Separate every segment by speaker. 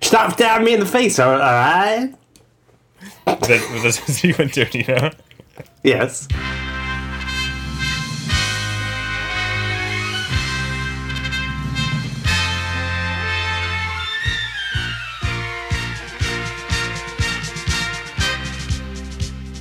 Speaker 1: Stop stabbing me in the face, all right?
Speaker 2: Was that, was that supposed to be when dirty now?
Speaker 1: Yes.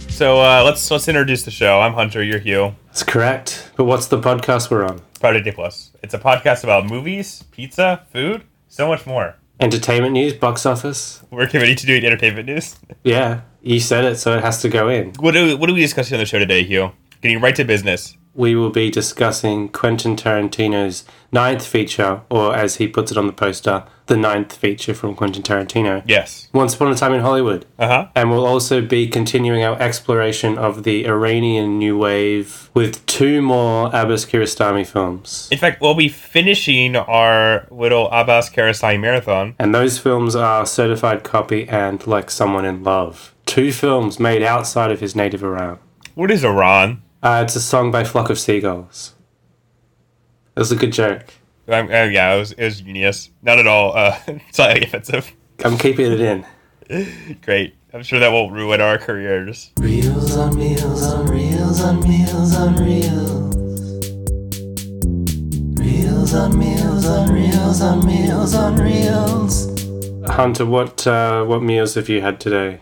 Speaker 2: So uh, let's let's introduce the show. I'm Hunter. You're Hugh.
Speaker 1: That's correct. But what's the podcast we're on?
Speaker 2: Priority Plus. It's a podcast about movies, pizza, food, so much more.
Speaker 1: Entertainment news, box office?
Speaker 2: We're committed to doing entertainment news.
Speaker 1: Yeah. You said it, so it has to go in.
Speaker 2: What do what are we discussing on the show today, Hugh? Getting right to business.
Speaker 1: We will be discussing Quentin Tarantino's ninth feature, or as he puts it on the poster, the ninth feature from Quentin Tarantino.
Speaker 2: Yes.
Speaker 1: Once Upon a Time in Hollywood.
Speaker 2: Uh huh.
Speaker 1: And we'll also be continuing our exploration of the Iranian New Wave with two more Abbas Kiarostami films.
Speaker 2: In fact, we'll be finishing our little Abbas Karasai marathon.
Speaker 1: And those films are Certified Copy and Like Someone in Love. Two films made outside of his native Iran.
Speaker 2: What is Iran?
Speaker 1: Uh, it's a song by Flock of Seagulls. It was a good joke.
Speaker 2: Um, uh, yeah, it was, it was genius. Not at all uh, slightly offensive.
Speaker 1: I'm keeping it in.
Speaker 2: Great. I'm sure that won't ruin our careers.
Speaker 3: Reels on reels on reels on reels on reels. Reels on reels on reels on reels on reels.
Speaker 1: Hunter, what uh, what meals have you had today?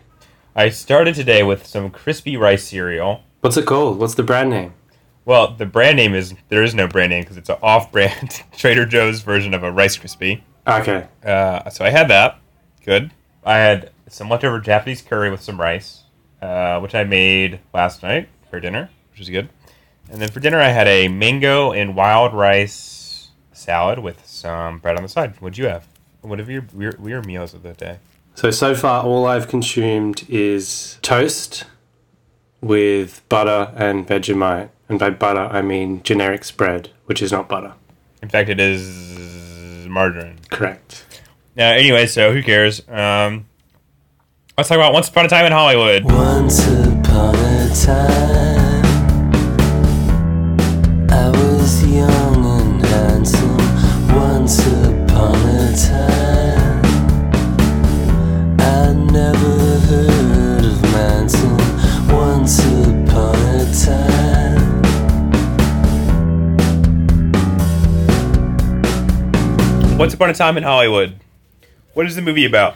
Speaker 2: I started today with some crispy rice cereal.
Speaker 1: What's it called? What's the brand name?
Speaker 2: Well, the brand name is there is no brand name because it's an off-brand Trader Joe's version of a Rice Krispie.
Speaker 1: Okay.
Speaker 2: Uh, so I had that. Good. I had some leftover Japanese curry with some rice, uh, which I made last night for dinner, which was good. And then for dinner, I had a mango and wild rice salad with some bread on the side. What'd you have? What have your weird, weird meals of the day?
Speaker 1: So so far, all I've consumed is toast with butter and Vegemite, and by butter I mean generic spread, which is not butter.
Speaker 2: In fact, it is margarine.
Speaker 1: Correct.
Speaker 2: Now, anyway, so who cares? Um, let's talk about Once Upon a Time in Hollywood.
Speaker 3: Once upon a time, I was young and handsome. Once upon a time, I never heard of Manson. Once upon a time,
Speaker 2: Once Upon a Time in Hollywood. What is the movie about?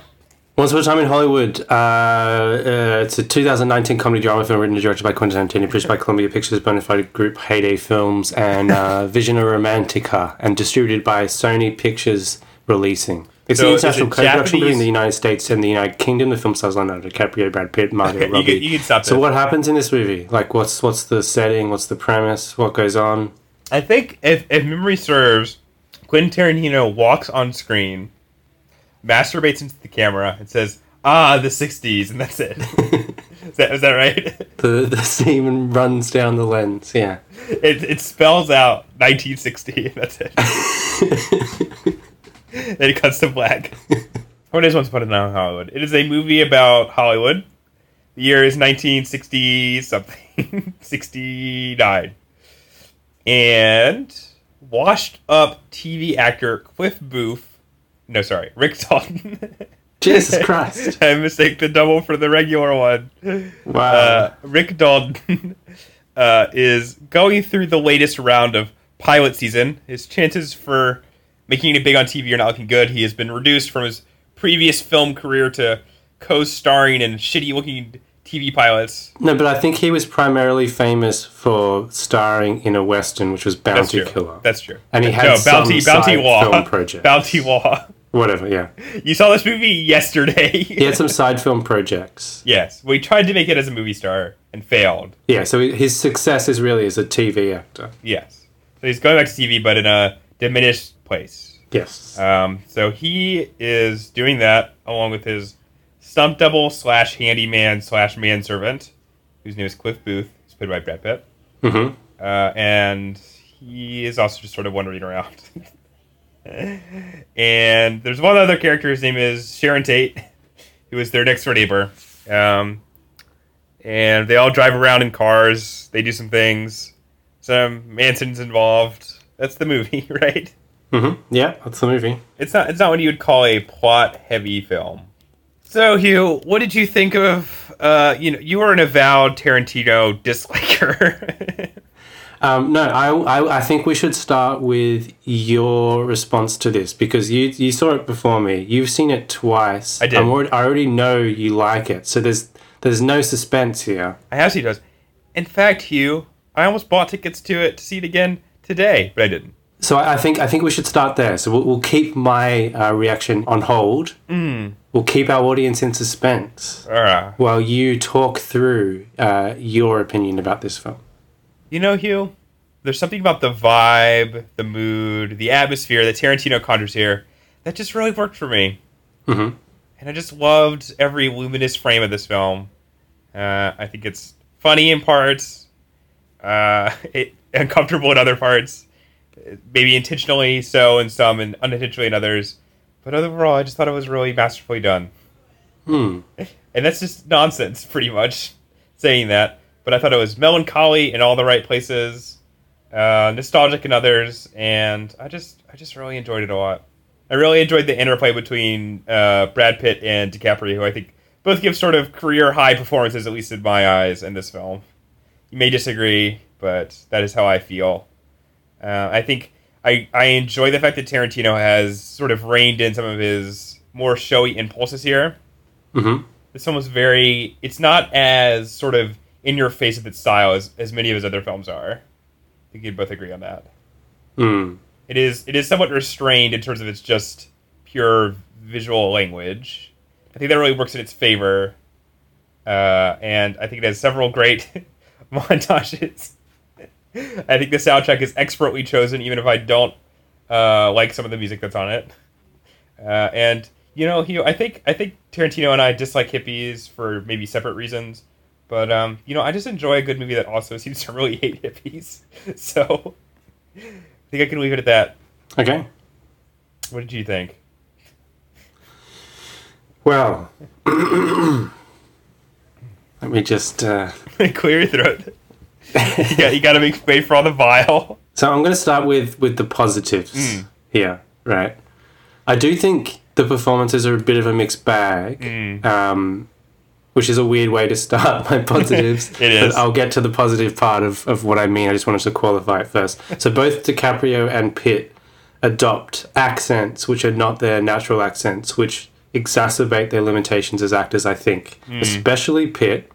Speaker 1: Once Upon a Time in Hollywood, uh, uh, it's a 2019 comedy drama film written and directed by Quentin Tarantino, produced by Columbia Pictures, Bonafide Group, Heyday Films, and uh, Vision Romantica, and distributed by Sony Pictures Releasing. It's
Speaker 2: So
Speaker 1: an
Speaker 2: is it
Speaker 1: international co-production between
Speaker 2: Japanese-
Speaker 1: the United States and the United Kingdom. The film stars Leonardo DiCaprio, Brad Pitt, Margot
Speaker 2: Okay, you
Speaker 1: Robbie.
Speaker 2: can- you can stop
Speaker 1: so
Speaker 2: there.
Speaker 1: what happens in this movie? Like, what's what's the setting? What's the premise? What goes on?
Speaker 2: I think if, if memory serves, Quentin Tarantino walks on screen, masturbates into the camera, and says, "Ah, the '60s," and that's it. is, that, is that right?
Speaker 1: The the semen runs down the lens. Yeah.
Speaker 2: It, it spells out 1960. and That's it. then it cuts to black. What is Once Upon a Time in Hollywood? It is a movie about Hollywood. The year is 1960 something, 69. And washed up TV actor Cliff Booth. No, sorry, Rick Dalton.
Speaker 1: Jesus Christ!
Speaker 2: I mistake the double for the regular one
Speaker 1: Wow.
Speaker 2: uh, Rick Dalton uh, is going through the latest round of pilot season. His chances for making it big on TV are not looking good. He has been reduced from his previous film career to co-starring in shitty-looking TV pilots.
Speaker 1: No, but I think he was primarily famous for starring in a western, which was
Speaker 2: That's
Speaker 1: Bounty
Speaker 2: true.
Speaker 1: Killer.
Speaker 2: That's true.
Speaker 1: And he had
Speaker 2: no
Speaker 1: some
Speaker 2: bounty, bounty
Speaker 1: side
Speaker 2: law,
Speaker 1: film projects.
Speaker 2: bounty law.
Speaker 1: Whatever, yeah.
Speaker 2: You saw this movie yesterday.
Speaker 1: He had some side film projects.
Speaker 2: yes, we tried to make it as a movie star and failed.
Speaker 1: Yeah, so his success is really as a TV actor.
Speaker 2: Yes, so he's going back to TV, but in a diminished place.
Speaker 1: Yes.
Speaker 2: Um, so he is doing that along with his stump double slash handyman slash manservant, whose name is Cliff Booth, who's played by Brad Pitt.
Speaker 1: hmm
Speaker 2: Uh, and he is also just sort of wandering around. and there's one other character, his name is Sharon Tate, who is their next door neighbor. Um, and they all drive around in cars, they do some things. Some Manson's involved. That's the movie, right?
Speaker 1: mm-hmm. Yeah, that's the movie.
Speaker 2: It's not. It's not what you would call a plot-heavy film. So, Hugh, what did you think of? Uh, you know, you are an avowed Tarantino disliker.
Speaker 1: Um, no, I, I, I think we should start with your response to this because you you saw it before me. You've seen it twice.
Speaker 2: I did.
Speaker 1: I'm already, I already know you like it, so there's there's no suspense here.
Speaker 2: I have seen those. In fact, Hugh, I almost bought tickets to it to see it again today, but I didn't.
Speaker 1: So I, I think I think we should start there. So we'll, we'll keep my uh, reaction on hold. We'll keep our audience in suspense
Speaker 2: Uh,
Speaker 1: while you talk through uh, your opinion about this film.
Speaker 2: you know, Hugh, there's something about the vibe, the mood, the atmosphere that Tarantino conjures here that just really worked for me.
Speaker 1: Mhm.
Speaker 2: And I just loved every luminous frame of this film. Uh, I think it's funny in parts, uh, it, uncomfortable in other parts, maybe intentionally so in some and unintentionally in others. But overall, I just thought it was really masterfully done. and that's just nonsense, pretty much, saying that. But I thought it was melancholy in all the right places, uh, nostalgic in others, and I just, I just really enjoyed it a lot. I really enjoyed the interplay between uh, Brad Pitt and DiCaprio, who I think both give sort of career high performances, at least in my eyes, in this film. You may disagree, but that is how I feel. Uh, I think I, I enjoy the fact that Tarantino has sort of reined in some of his more showy impulses here
Speaker 1: hmm
Speaker 2: this one was very it's not as sort of in your face with its style as, as many of his other films are i think you'd both agree on that
Speaker 1: Mm.
Speaker 2: it is it is somewhat restrained in terms of its just pure visual language i think that really works in its favor uh, and i think it has several great montages i think the soundtrack is expertly chosen even if i don't uh, like some of the music that's on it uh, and you know, Hugh, I think I think Tarantino and I dislike hippies for maybe separate reasons, but um, you know, I just enjoy a good movie that also seems to really hate hippies. So I think I can leave it at that.
Speaker 1: Okay.
Speaker 2: What did you think?
Speaker 1: Well, let me just. Uh,
Speaker 2: Clear your throat. yeah, you got to make way for all the vile.
Speaker 1: So I'm going to start with with the positives here, right? I do think the performances are a bit of a mixed bag,
Speaker 2: Mm.
Speaker 1: um, which is a weird way to start my positives.
Speaker 2: It is.
Speaker 1: But I'll get to the positive part of, of what I mean. I just wanted to qualify it first. So both DiCaprio and Pitt adopt accents which are not their natural accents, which exacerbate their limitations as actors, I think.
Speaker 2: Mm.
Speaker 1: Especially Pitt,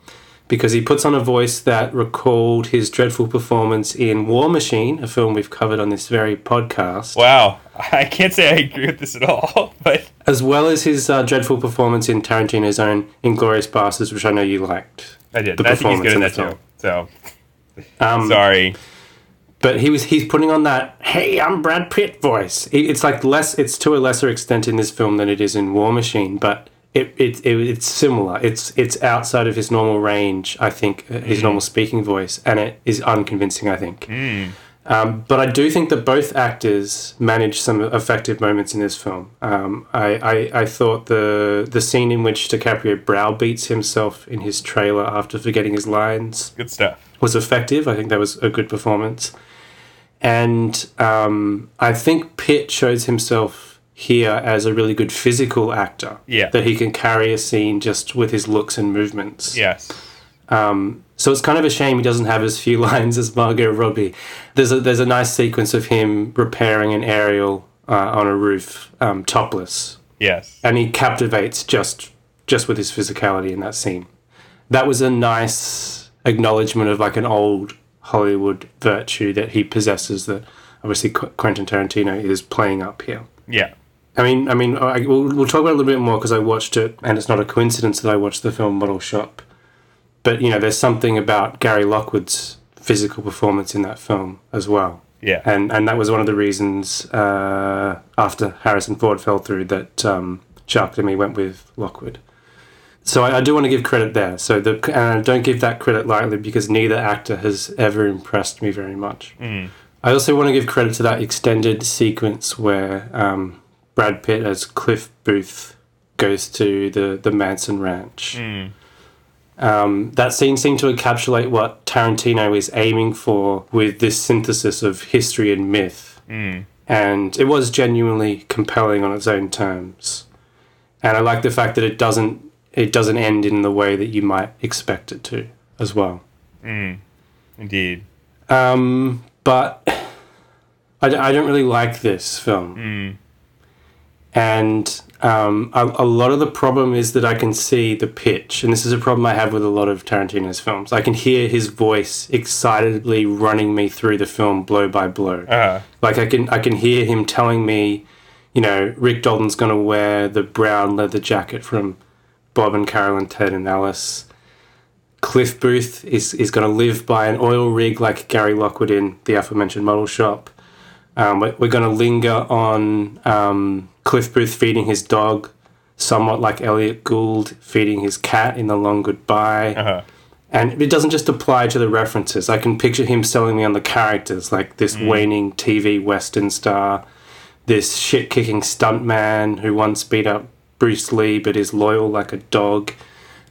Speaker 1: because he puts on a voice that recalled his dreadful performance in War Machine, a film we've covered on this very podcast,
Speaker 2: Wow, I can't say I agree with this at all, but
Speaker 1: as well as his uh, dreadful performance in Tarantino's own Inglorious Bastards, which I know you liked.
Speaker 2: I did.
Speaker 1: The
Speaker 2: I think he's good in that
Speaker 1: performance in the
Speaker 2: too. So
Speaker 1: Um,
Speaker 2: sorry.
Speaker 1: but he was he's putting on that hey i'm brad pitt voice it, it's like less it's to a lesser extent in this film than it is in war machine but it, it, it it's similar it's it's outside of his normal range i think uh, his normal speaking voice and it is unconvincing i think um, but I do think that both actors managed some effective moments in this film. Um, I, I, I thought the the scene in which DiCaprio browbeats himself in his trailer after forgetting his lines
Speaker 2: Good stuff.
Speaker 1: was effective. I think that was a good performance. And um, I think Pitt shows himself here as a really good physical actor.
Speaker 2: Yeah.
Speaker 1: That he can carry a scene just with his looks and movements.
Speaker 2: Yes.
Speaker 1: Um, so it's kind of a shame he doesn't have as few lines as Margot Robbie. There's a, there's a nice sequence of him repairing an aerial uh, on a roof, um, topless,
Speaker 2: Yes.
Speaker 1: and he captivates just just with his physicality in that scene. That was a nice acknowledgement of like an old Hollywood virtue that he possesses that obviously Qu- Quentin Tarantino is playing up here.
Speaker 2: Yeah.
Speaker 1: I mean, I mean, I, we'll, we'll talk about it a little bit more because I watched it, and it's not a coincidence that I watched the film Model Shop. But you know, there's something about Gary Lockwood's physical performance in that film as well
Speaker 2: Yeah.
Speaker 1: and and that was one of the reasons uh, after Harrison Ford fell through that um, Shark to me went with Lockwood. So I, I do want to give credit there. So the and I don't give that credit lightly because neither actor has ever impressed me very much. I also want to give credit to that extended sequence where um, Brad Pitt as Cliff Booth goes to the the Manson Ranch. Um, that scene seemed to encapsulate
Speaker 2: Mm,
Speaker 1: what Tarantino is aiming for with this synthesis of history and myth. and it was genuinely compelling on its own terms. And I like the fact that it doesn't it doesn't end in the way that you might expect it to as well.
Speaker 2: Indeed.
Speaker 1: Um, but I, d- I don't really like this film. And um, a, a lot of the problem is that I can see the pitch. And this is a problem I have with a lot of Tarantino's films. I can hear his voice excitedly running me through the film blow by blow.
Speaker 2: Uh,
Speaker 1: Like I can I can hear him telling me, you know, Rick Dalton's gonna wear the brown leather jacket from Bob and Carol and Ted and Alice. Cliff Booth is is gonna live by an oil rig like Gary Lockwood in the aforementioned model shop. Um, we're, we're gonna linger on um, Cliff Booth feeding his dog, somewhat like Elliot Gould feeding his cat in the Long Goodbye.
Speaker 2: uh,
Speaker 1: And it doesn't just apply to the references. I can picture him selling me on the characters, like this waning TV Western star, this shit kicking stuntman who once beat up Bruce Lee but is loyal like a dog.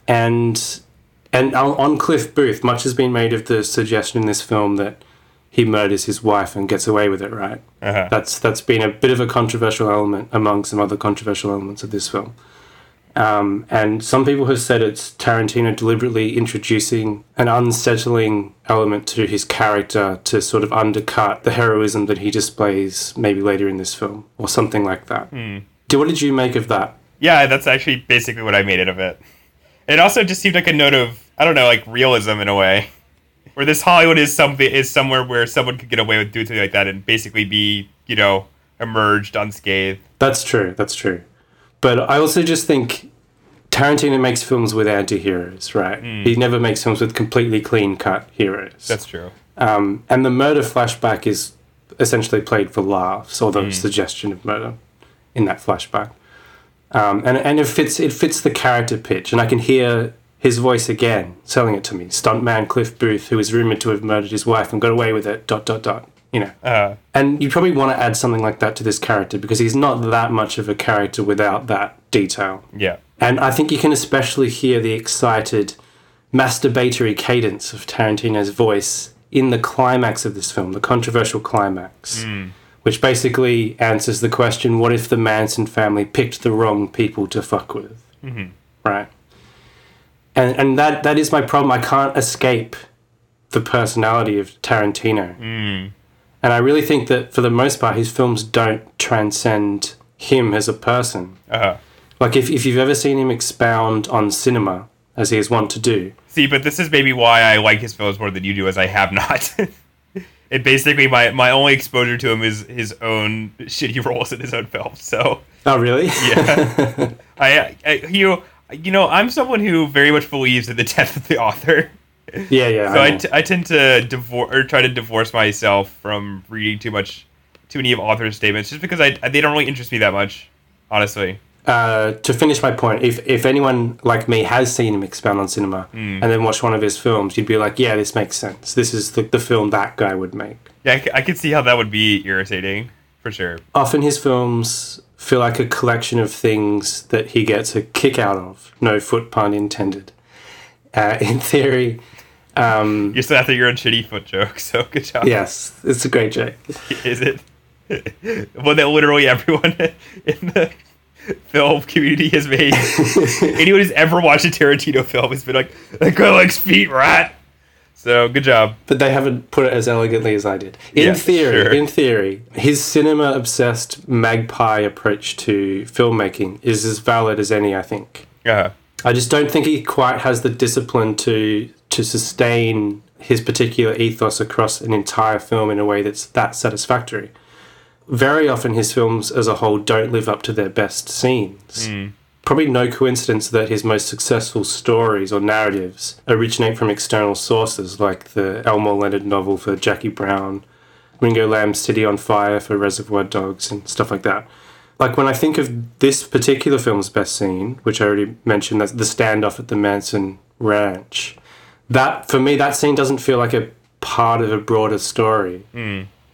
Speaker 1: And and on on Cliff Booth, much has been made of the suggestion in this film that he murders his wife and gets away with it, right?
Speaker 2: uh,
Speaker 1: That's that's been a bit of a controversial element among some other controversial elements of this film. Um, and some people have said it's Tarantino deliberately introducing an unsettling element to his character to sort of undercut the heroism that he displays maybe later in this film or something like that. Do what did you make of that?
Speaker 2: yeah, that's actually basically what I made out of it. It also just seemed like a note of I don't know, like realism in a way, where this Hollywood is some is somewhere where someone could get away with doing something like that and basically be you know emerged unscathed.
Speaker 1: That's true. That's true. But I also just think Tarantino makes films with anti-heroes, right? He never makes films with completely clean-cut heroes.
Speaker 2: That's true.
Speaker 1: Um, and the murder flashback is essentially played for laughs, or the suggestion of murder in that flashback. Um, and and it fits it fits the character pitch, and I can hear his voice again selling it to me. Stuntman Cliff Booth, who is rumored to have murdered his wife and got away with it. Dot dot dot. You know.
Speaker 2: Uh,
Speaker 1: And you probably want to add something like that to this character because he's not that much of a character without that detail.
Speaker 2: yeah.
Speaker 1: And I think you can especially hear the excited, masturbatory cadence of Tarantino's voice in the climax of this film, the controversial climax, which basically answers the question what if the Manson family picked the wrong people to fuck with? Mm-hmm. Right? And, and that, that is my problem. I can't escape the personality of Tarantino. And I really think that for the most part, his films don't transcend him as a person.
Speaker 2: Uh,
Speaker 1: Like if, if you've ever seen him expound on cinema, as he is wont to do,
Speaker 2: See, but this is maybe why I like his films more than you do, as I have not. it basically my my only exposure to him is his own shitty roles in his own films. So
Speaker 1: oh really?
Speaker 2: Yeah. I, I you you know I'm someone who very much believes in the death of the author.
Speaker 1: yeah, yeah.
Speaker 2: So
Speaker 1: I
Speaker 2: I,
Speaker 1: know.
Speaker 2: t- I tend to divorce or try to divorce myself from reading too much too many of authors' statements just because I they don't really interest me that much, honestly.
Speaker 1: uh, to finish my point, if if anyone like me has seen him expound on cinema and then watched one of his films, you'd be like, yeah, this makes sense. This is the, the film that guy would make.
Speaker 2: Yeah, I, c- I could see how that would be irritating for sure.
Speaker 1: Often his films feel like a collection of things that he gets a kick out of. No foot pun intended. Uh, in theory, um,
Speaker 2: You're still after your own shitty foot joke, so good job.
Speaker 1: yes, it's a great joke.
Speaker 2: is it? One that literally everyone in the film community has made. Anyone who's ever watched a Tarantino film has been like, that guy likes feet, right? So good job.
Speaker 1: but they haven't put it as elegantly as I did. In
Speaker 2: Yeah,
Speaker 1: theory,
Speaker 2: sure.
Speaker 1: in theory, his cinema obsessed magpie approach to filmmaking is as valid as any, I think.
Speaker 2: Uh,
Speaker 1: I just don't think he quite has the discipline to to sustain his particular ethos across an entire film in a way that's that satisfactory. Very often, his films as a whole don't live up to their best scenes. Probably no coincidence that his most successful stories or narratives originate from external sources, like the Elmore Leonard novel for Jackie Brown, Ringo Lamb's City on Fire for Reservoir Dogs, and stuff like that like when I think of this particular film's best scene, which I already mentioned, that's the standoff at the Manson Ranch. That for me, that scene doesn't feel like a part of a broader story.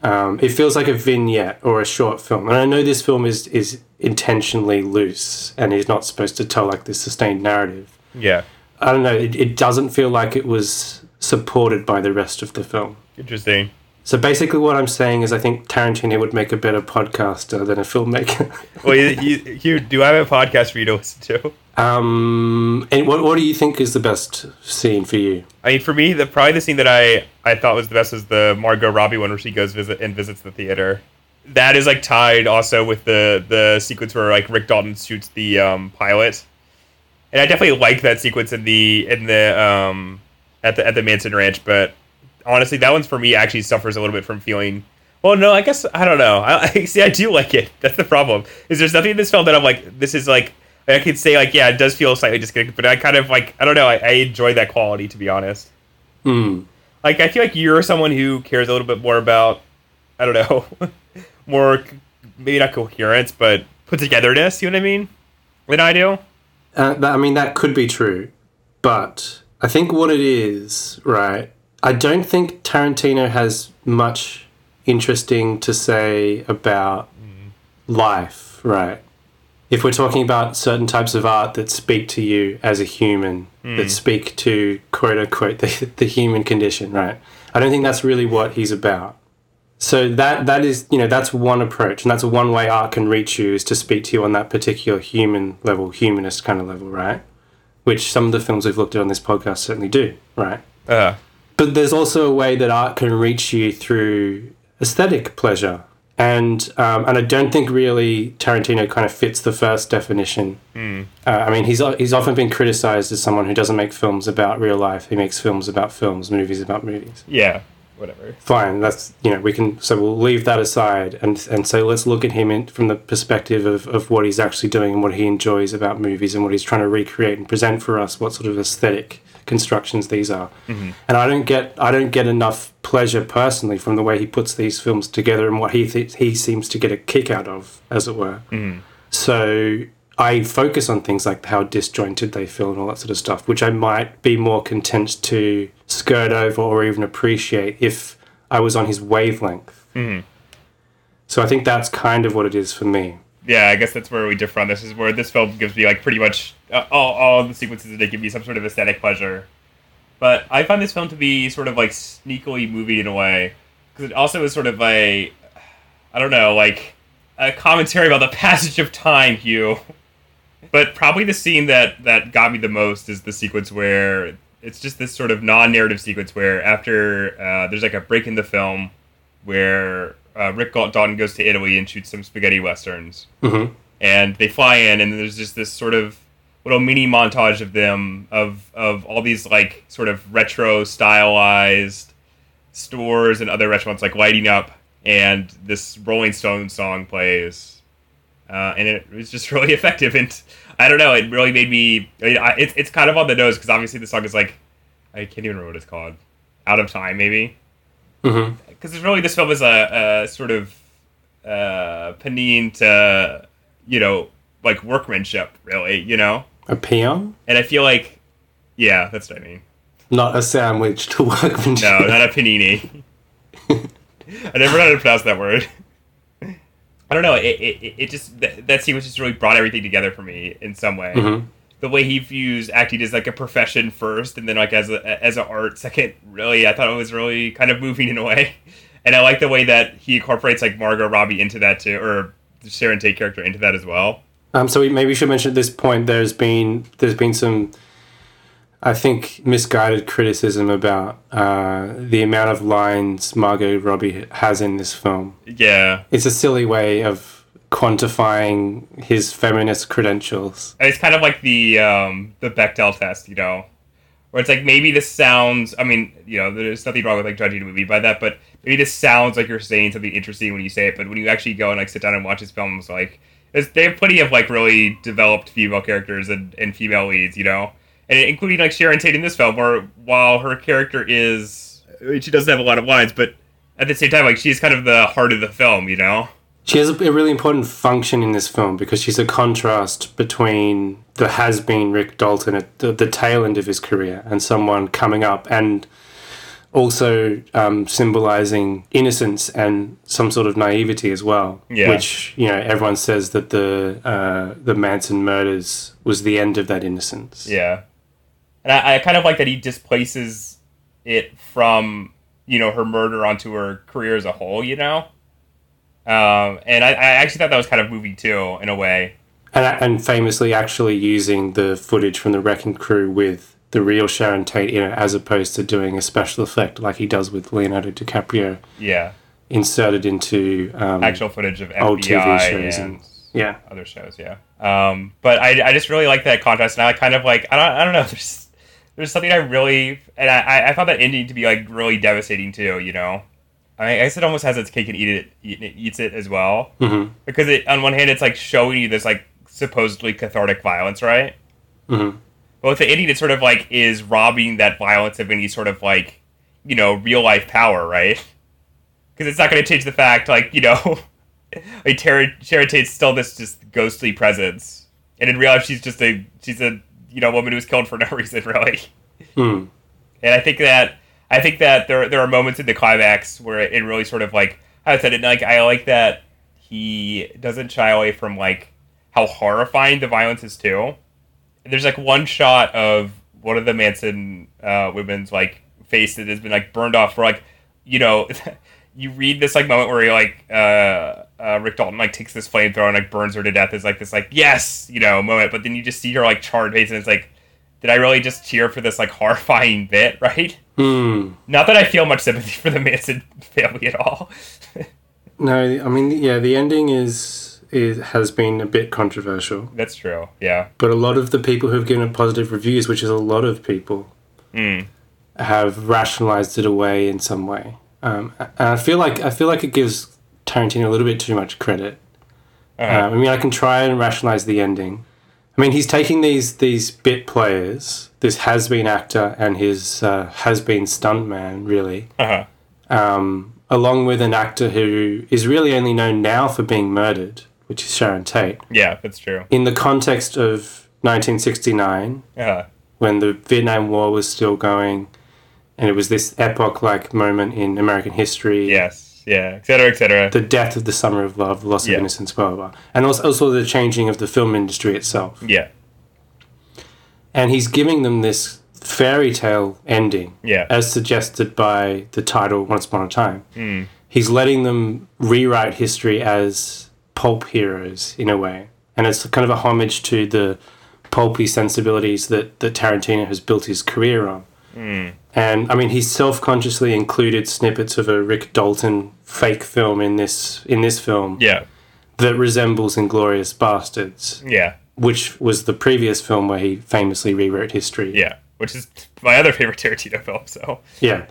Speaker 1: Um, it feels like a vignette or a short film, and I know this film is is intentionally loose and is not supposed to tell like this sustained narrative.
Speaker 2: yeah,
Speaker 1: I don't know. It, it doesn't feel like it was supported by the rest of the film.
Speaker 2: interesting.
Speaker 1: So basically, what I'm saying is, I think Tarantino would make a better podcaster than a filmmaker.
Speaker 2: Well, you, you, Hugh, do I have a podcast for you to listen to?
Speaker 1: um, and what what do you think is the best scene for you?
Speaker 2: I mean, for me, the probably the scene that I I thought was the best was the Margot Robbie one where she goes visit and visits the theater. That is like tied also with the the sequence where like Rick Dalton shoots the um, pilot, and I definitely like that sequence in the in the um, at the at the Manson Ranch. But honestly, that one's for me actually suffers a little bit from feeling. Well, no, I guess I don't know. I, I see. I do like it. That's the problem. Is there's nothing in this film that I'm like this is like I could say like yeah, it does feel slightly disconnected, but I kind of like I don't know. I, I enjoy that quality to be honest. Like I feel like you're someone who cares a little bit more about I don't know more c- maybe not coherence, but put togetherness. You know what I mean? Than I do.
Speaker 1: Uh, that, I mean, that could be true, but I think what it is, right? I don't think Tarantino has much interesting to say about life, right? If we're talking about certain types of art that speak to you as a human, that speak to quote unquote the, the human condition, right? I don't think that's really what he's about. So that that is you know that's one approach, and that's one way art can reach you is to speak to you on that particular human level, humanist kind of level, right? Which some of the films we've looked at on this podcast certainly do, right?
Speaker 2: Uh,
Speaker 1: But there's also a way that art can reach you through aesthetic pleasure, and um, and I don't think really Tarantino kind of fits the first definition. Uh, I mean, he's o- he's often been criticized as someone who doesn't make films about real life. He makes films about films, movies about movies
Speaker 2: yeah. Whatever.
Speaker 1: fine that's you know we can so we'll leave that aside and and so let's look at him in, from the perspective of, of what he's actually doing and what he enjoys about movies and what he's trying to recreate and present for us what sort of aesthetic constructions these are and i don't get i don't get enough pleasure personally from the way he puts these films together and what he th- he seems to get a kick out of as it were so I focus on things like how disjointed they feel and all that sort of stuff, which I might be more content to skirt over or even appreciate if I was on his wavelength. So I think that's kind of what it is for me.
Speaker 2: Yeah, I guess that's where we differ on this. Is where this film gives me like pretty much uh, all all the sequences that they give me some sort of aesthetic pleasure. But I find this film to be sort of like sneakily moving in a way because it also is sort of a I don't know like a commentary about the passage of time, Hugh. But probably the scene that that got me the most is the sequence where it's just this sort of non-narrative sequence where after uh, there's like a break in the film where uh, Rick Dalton goes to Italy and shoots some spaghetti westerns
Speaker 1: Mm-hmm.
Speaker 2: and they fly in and there's just this sort of little mini montage of them of of all these like sort of retro stylized stores and other restaurants like lighting up and this rolling stone song plays uh, and it was just really effective and i don't know it really made me I mean, I, it's, it's kind of on the nose because obviously the song is like i can't even remember what it's called out of time maybe
Speaker 1: Mm-hmm.
Speaker 2: because it's really this film is a, a sort of uh, panine to you know like workmanship really you know
Speaker 1: A peon,
Speaker 2: and i feel like yeah that's what i mean
Speaker 1: not a sandwich to workmanship.
Speaker 2: no not a panini i never know how to pronounce that word i don't know it, it, it- it just that, that sequence just really brought everything together for me in some way
Speaker 1: Mhm.
Speaker 2: the way he views acting as like a profession first and then like as a as an art second really i thought it was really kind of moving in a way and i like the way that he incorporates like margot robbie into that too or sharon tate character into that as well
Speaker 1: Um, so we maybe should mention at this point there's been there's been some, I think, misguided criticism about uh, the amount of lines Margot Robbie has in this film.
Speaker 2: yeah
Speaker 1: it's a silly way of quantifying his feminist credentials.
Speaker 2: it's kind of like the um the Bechdel test, you know, where it's like maybe this sounds. I mean, you know, there's nothing wrong with like judging a movie by that, but maybe this sounds like you're saying something interesting when you say it, but when you actually go and like sit down and watch his films, like there's, they have plenty of like really developed female characters and and female leads, you know, and including like Sharon Tate in this film, where while her character is I mean, she doesn't have a lot of lines, but at the same time, like she's kind of the heart of the film, you know.
Speaker 1: She has a a really important function in this film because she's a contrast between the has been Rick Dalton at the, the tail end of his career and someone coming up and also um, symbolizing innocence and some sort of naivety as well.
Speaker 2: Yeah.
Speaker 1: Which, you know, everyone says that the, uh, the Manson murders was the end of that innocence.
Speaker 2: Yeah. And I, I kind of like that he displaces it from you know her murder onto her career as a whole. You know, um, and I, I actually thought that was kind of movie too in a way.
Speaker 1: and, and famously actually using the footage from the Wrecking Crew with the real Sharon Tate in it, as opposed to doing a special effect like he does with Leonardo DiCaprio,
Speaker 2: Yeah,
Speaker 1: inserted into um,
Speaker 2: actual footage of
Speaker 1: old TV
Speaker 2: FBI
Speaker 1: shows
Speaker 2: and,
Speaker 1: and- yeah.
Speaker 2: other shows. Yeah, um, but I, I just really like that contrast, and I kind of like I don't I don't know. There's there's something I really and I- I I found that ending to be like really devastating too. You know, I, I guess it almost has its cake and eat it, eat it eats it as well
Speaker 1: Mhm.
Speaker 2: because it on one hand it's like showing you this like supposedly cathartic violence, right?
Speaker 1: Mhm.
Speaker 2: But with the ending, it sort of like is robbing that violence of any sort of like you know real life power, right? Because it's not going to change the fact, like you know, like Tara Sharon Tate's still this just ghostly presence, and in real life she's just a she's a you know woman who was killed for no reason really.
Speaker 1: Mm.
Speaker 2: And I think that I think that there there are moments in the climax where it really sort of like I said it like I like that he doesn't shy away from like how horrifying the violence is too. There's like one shot of one of the Manson uh, women's like face that has been like burned off. Where like you know you read this like moment where he like uh, uh, Rick Dalton like takes this flamethrower and like burns her to death is like this like yes you know moment, but then you just see her like charred face and it's like did I really just cheer for this like horrifying bit, right?
Speaker 1: Mm.
Speaker 2: Not that I feel much sympathy for the Manson family at all.
Speaker 1: No, I mean, yeah, the ending is, is has been a bit controversial,
Speaker 2: That's true. Yeah.
Speaker 1: but a lot of the people who've given it positive reviews, which is a lot of people,
Speaker 2: Mm.
Speaker 1: have rationalized it away in some way. Um, and I feel like I feel like it gives Tarantino a little bit too much credit.
Speaker 2: Uh-huh.
Speaker 1: Um, I mean, I can try and rationalize the ending. I mean, he's taking these these bit players, this has been actor and his uh, has been stuntman, really,
Speaker 2: Uh-huh.
Speaker 1: um, along with an actor who is really only known now for being murdered, which is Sharon Tate.
Speaker 2: Yeah, that's true.
Speaker 1: In the context of 1969,
Speaker 2: Uh-huh.
Speaker 1: when the Vietnam War was still going, and it was this epoch like moment in American history.
Speaker 2: Yes. Yeah. Et cetera, et cetera.
Speaker 1: The death of the Summer of Love, the loss
Speaker 2: Yeah.
Speaker 1: of innocence, blah, blah, blah. And also, also the changing of the film industry itself.
Speaker 2: yeah.
Speaker 1: And he's giving them this fairy tale ending,
Speaker 2: Yeah.
Speaker 1: as suggested by the title Once Upon a Time.
Speaker 2: Hmm.
Speaker 1: He's letting them rewrite history as pulp heroes, in a way. And it's kind of a homage to the pulpy sensibilities that, that Tarantino has built his career on.
Speaker 2: Hmm.
Speaker 1: And I mean, he self-consciously included snippets of a Rick Dalton fake film in this in this film
Speaker 2: yeah.
Speaker 1: that resembles *Inglorious Bastards*,
Speaker 2: Yeah.
Speaker 1: which was the previous film where he famously rewrote history.
Speaker 2: Yeah. Which is my other favorite Tarantino film, so
Speaker 1: Yeah.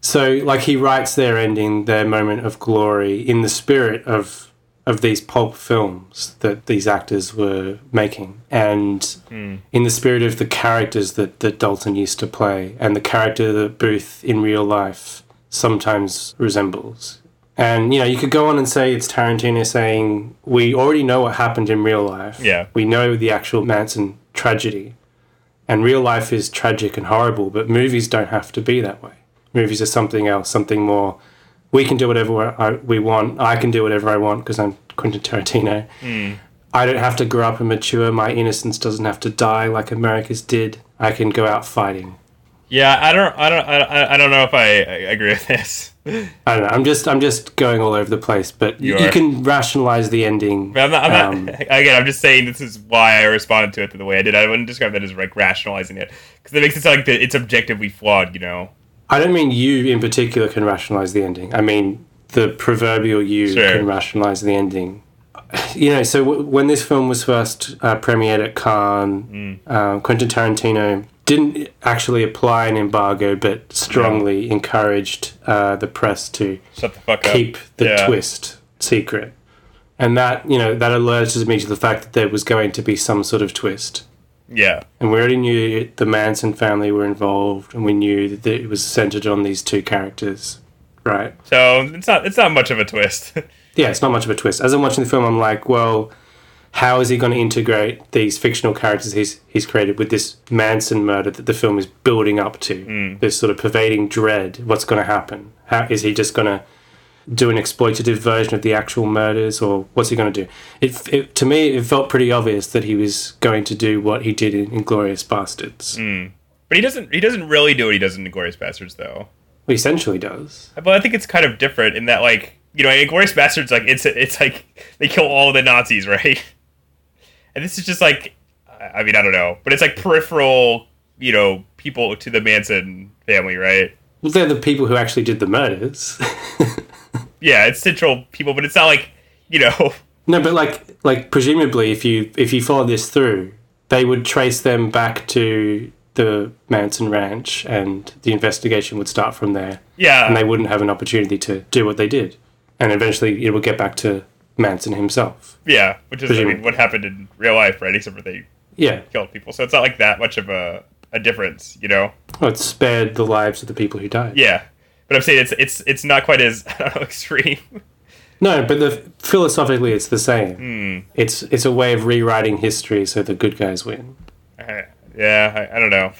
Speaker 1: So, like, he writes their ending, their moment of glory, in the spirit of of these pulp films that these actors were making, and in the spirit of the characters that that Dalton used to play, and the character that Booth in real life sometimes resembles. And you know, you could go on and say it's Tarantino saying we already know what happened in real life.
Speaker 2: Yeah.
Speaker 1: we know the actual Manson tragedy. And real life is tragic and horrible, but movies don't have to be that way. Movies are something else, something more. We can do whatever I, we want. I can do whatever I want because I'm Quentin Tarantino.
Speaker 2: Hmm.
Speaker 1: I don't have to grow up and mature. My innocence doesn't have to die like America's did. I can go out fighting.
Speaker 2: Yeah, I don't I don't I don't, I don't know if I, I agree with this. But
Speaker 1: I don't know. I'm just I'm just going all over the place, but
Speaker 2: You
Speaker 1: you,
Speaker 2: are.
Speaker 1: can rationalize the ending.
Speaker 2: I'm not, I'm
Speaker 1: Um,
Speaker 2: not again, I'm just saying this is why I responded to it the way I did. I wouldn't describe that as like rationalizing it. Because it makes it sound like that it's objectively flawed, you know.
Speaker 1: I don't mean you in particular can rationalize the ending. I mean the proverbial you
Speaker 2: Sure.
Speaker 1: can rationalize the ending. You know, so w- when this film was first uh, premiered at Cannes,
Speaker 2: Mm.
Speaker 1: um, Quentin Tarantino didn't actually apply an embargo, but strongly encouraged uh, the press to
Speaker 2: Shut the fuck up.
Speaker 1: keep the
Speaker 2: Yeah.
Speaker 1: twist secret. And that, you know, that alerted me to the fact that there was going to be some sort of twist.
Speaker 2: Yeah.
Speaker 1: And we already knew the Manson family were involved, and we knew that it was centered on these two characters, right?
Speaker 2: So it's not it's not much of a twist.
Speaker 1: Yeah, it's not much of a twist. As I'm watching the film, I'm like, well, how is he going to integrate these fictional characters he's he's created with this Manson murder that the film is building up to? This sort of pervading dread. What's going to happen? How is he just going to do an exploitative version of the actual murders, or what's he going to do? It, it to me, it felt pretty obvious that he was going to do what he did in *Inglorious Bastards*.
Speaker 2: but he doesn't he doesn't really do what he does in *Glorious Bastards* though. Uh,
Speaker 1: Well, essentially does.
Speaker 2: But I think it's kind of different in that, like, you know, Inglorious Bastards, like, it's it's like they kill all the Nazis, right? And this is just like, I I mean, I don't know, but it's like peripheral, you know, people to the Manson family, right?
Speaker 1: Well, they're the people who actually did the murders.
Speaker 2: Yeah, it's central people, but it's not like, you know,
Speaker 1: no, but like like presumably, if you if you follow this through, they would trace them back to the Manson Ranch, and the investigation would start from there.
Speaker 2: yeah,
Speaker 1: and they wouldn't have an opportunity to do what they did. And eventually it will get back to Manson himself.
Speaker 2: yeah, which is I
Speaker 1: Presumably.
Speaker 2: mean, what happened in real life, right? Except for they
Speaker 1: Yeah.
Speaker 2: killed people, so it's not like that much of a a difference, you know?
Speaker 1: Well, Oh, it spared the lives of the people who died.
Speaker 2: Yeah, but I'm saying it's it's it's not quite as I don't know, extreme.
Speaker 1: No, but the, philosophically it's the same. It's it's a way of rewriting history so the good guys win.
Speaker 2: Uh, yeah, I, I don't know.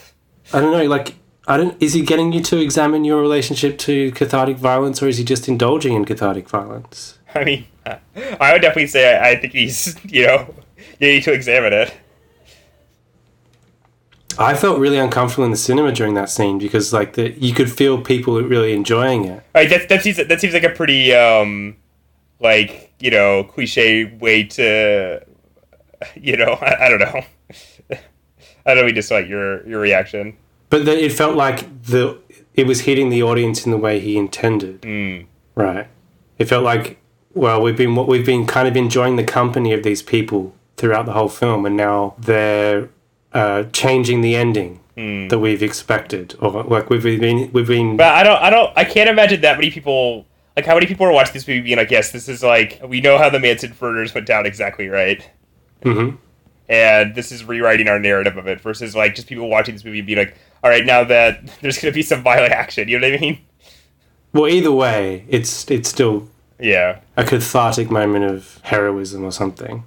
Speaker 1: I don't know, like I don't is he getting you to examine your relationship to cathartic violence or is he just indulging in cathartic violence?
Speaker 2: I mean, uh, I would definitely say I, I think he's, you know, you need to examine it.
Speaker 1: I felt really uncomfortable in the cinema during that scene because like the, you could feel people really enjoying it.
Speaker 2: All right, that, that seems that seems like a pretty, um, like you know, cliche way to, you know, I, I don't know. I know we just like your your reaction.
Speaker 1: but the, it felt like the it was hitting the audience in the way he intended. Right. It felt like well, we've been we've been kind of enjoying the company of these people throughout the whole film, and now they're uh, changing the ending that we've expected, or like we've been we've been.
Speaker 2: But I don't, I don't, I can't imagine that many people. Like, how many people are watching this movie being like, "Yes, this is like we know how the Manson murders went down exactly, right?"
Speaker 1: Mhm.
Speaker 2: And this is rewriting our narrative of it versus like just people watching this movie being like, "All right, now that there's going to be some violent action," you know what I mean?
Speaker 1: Well, either way, it's it's still
Speaker 2: Yeah.
Speaker 1: a cathartic moment of heroism or something.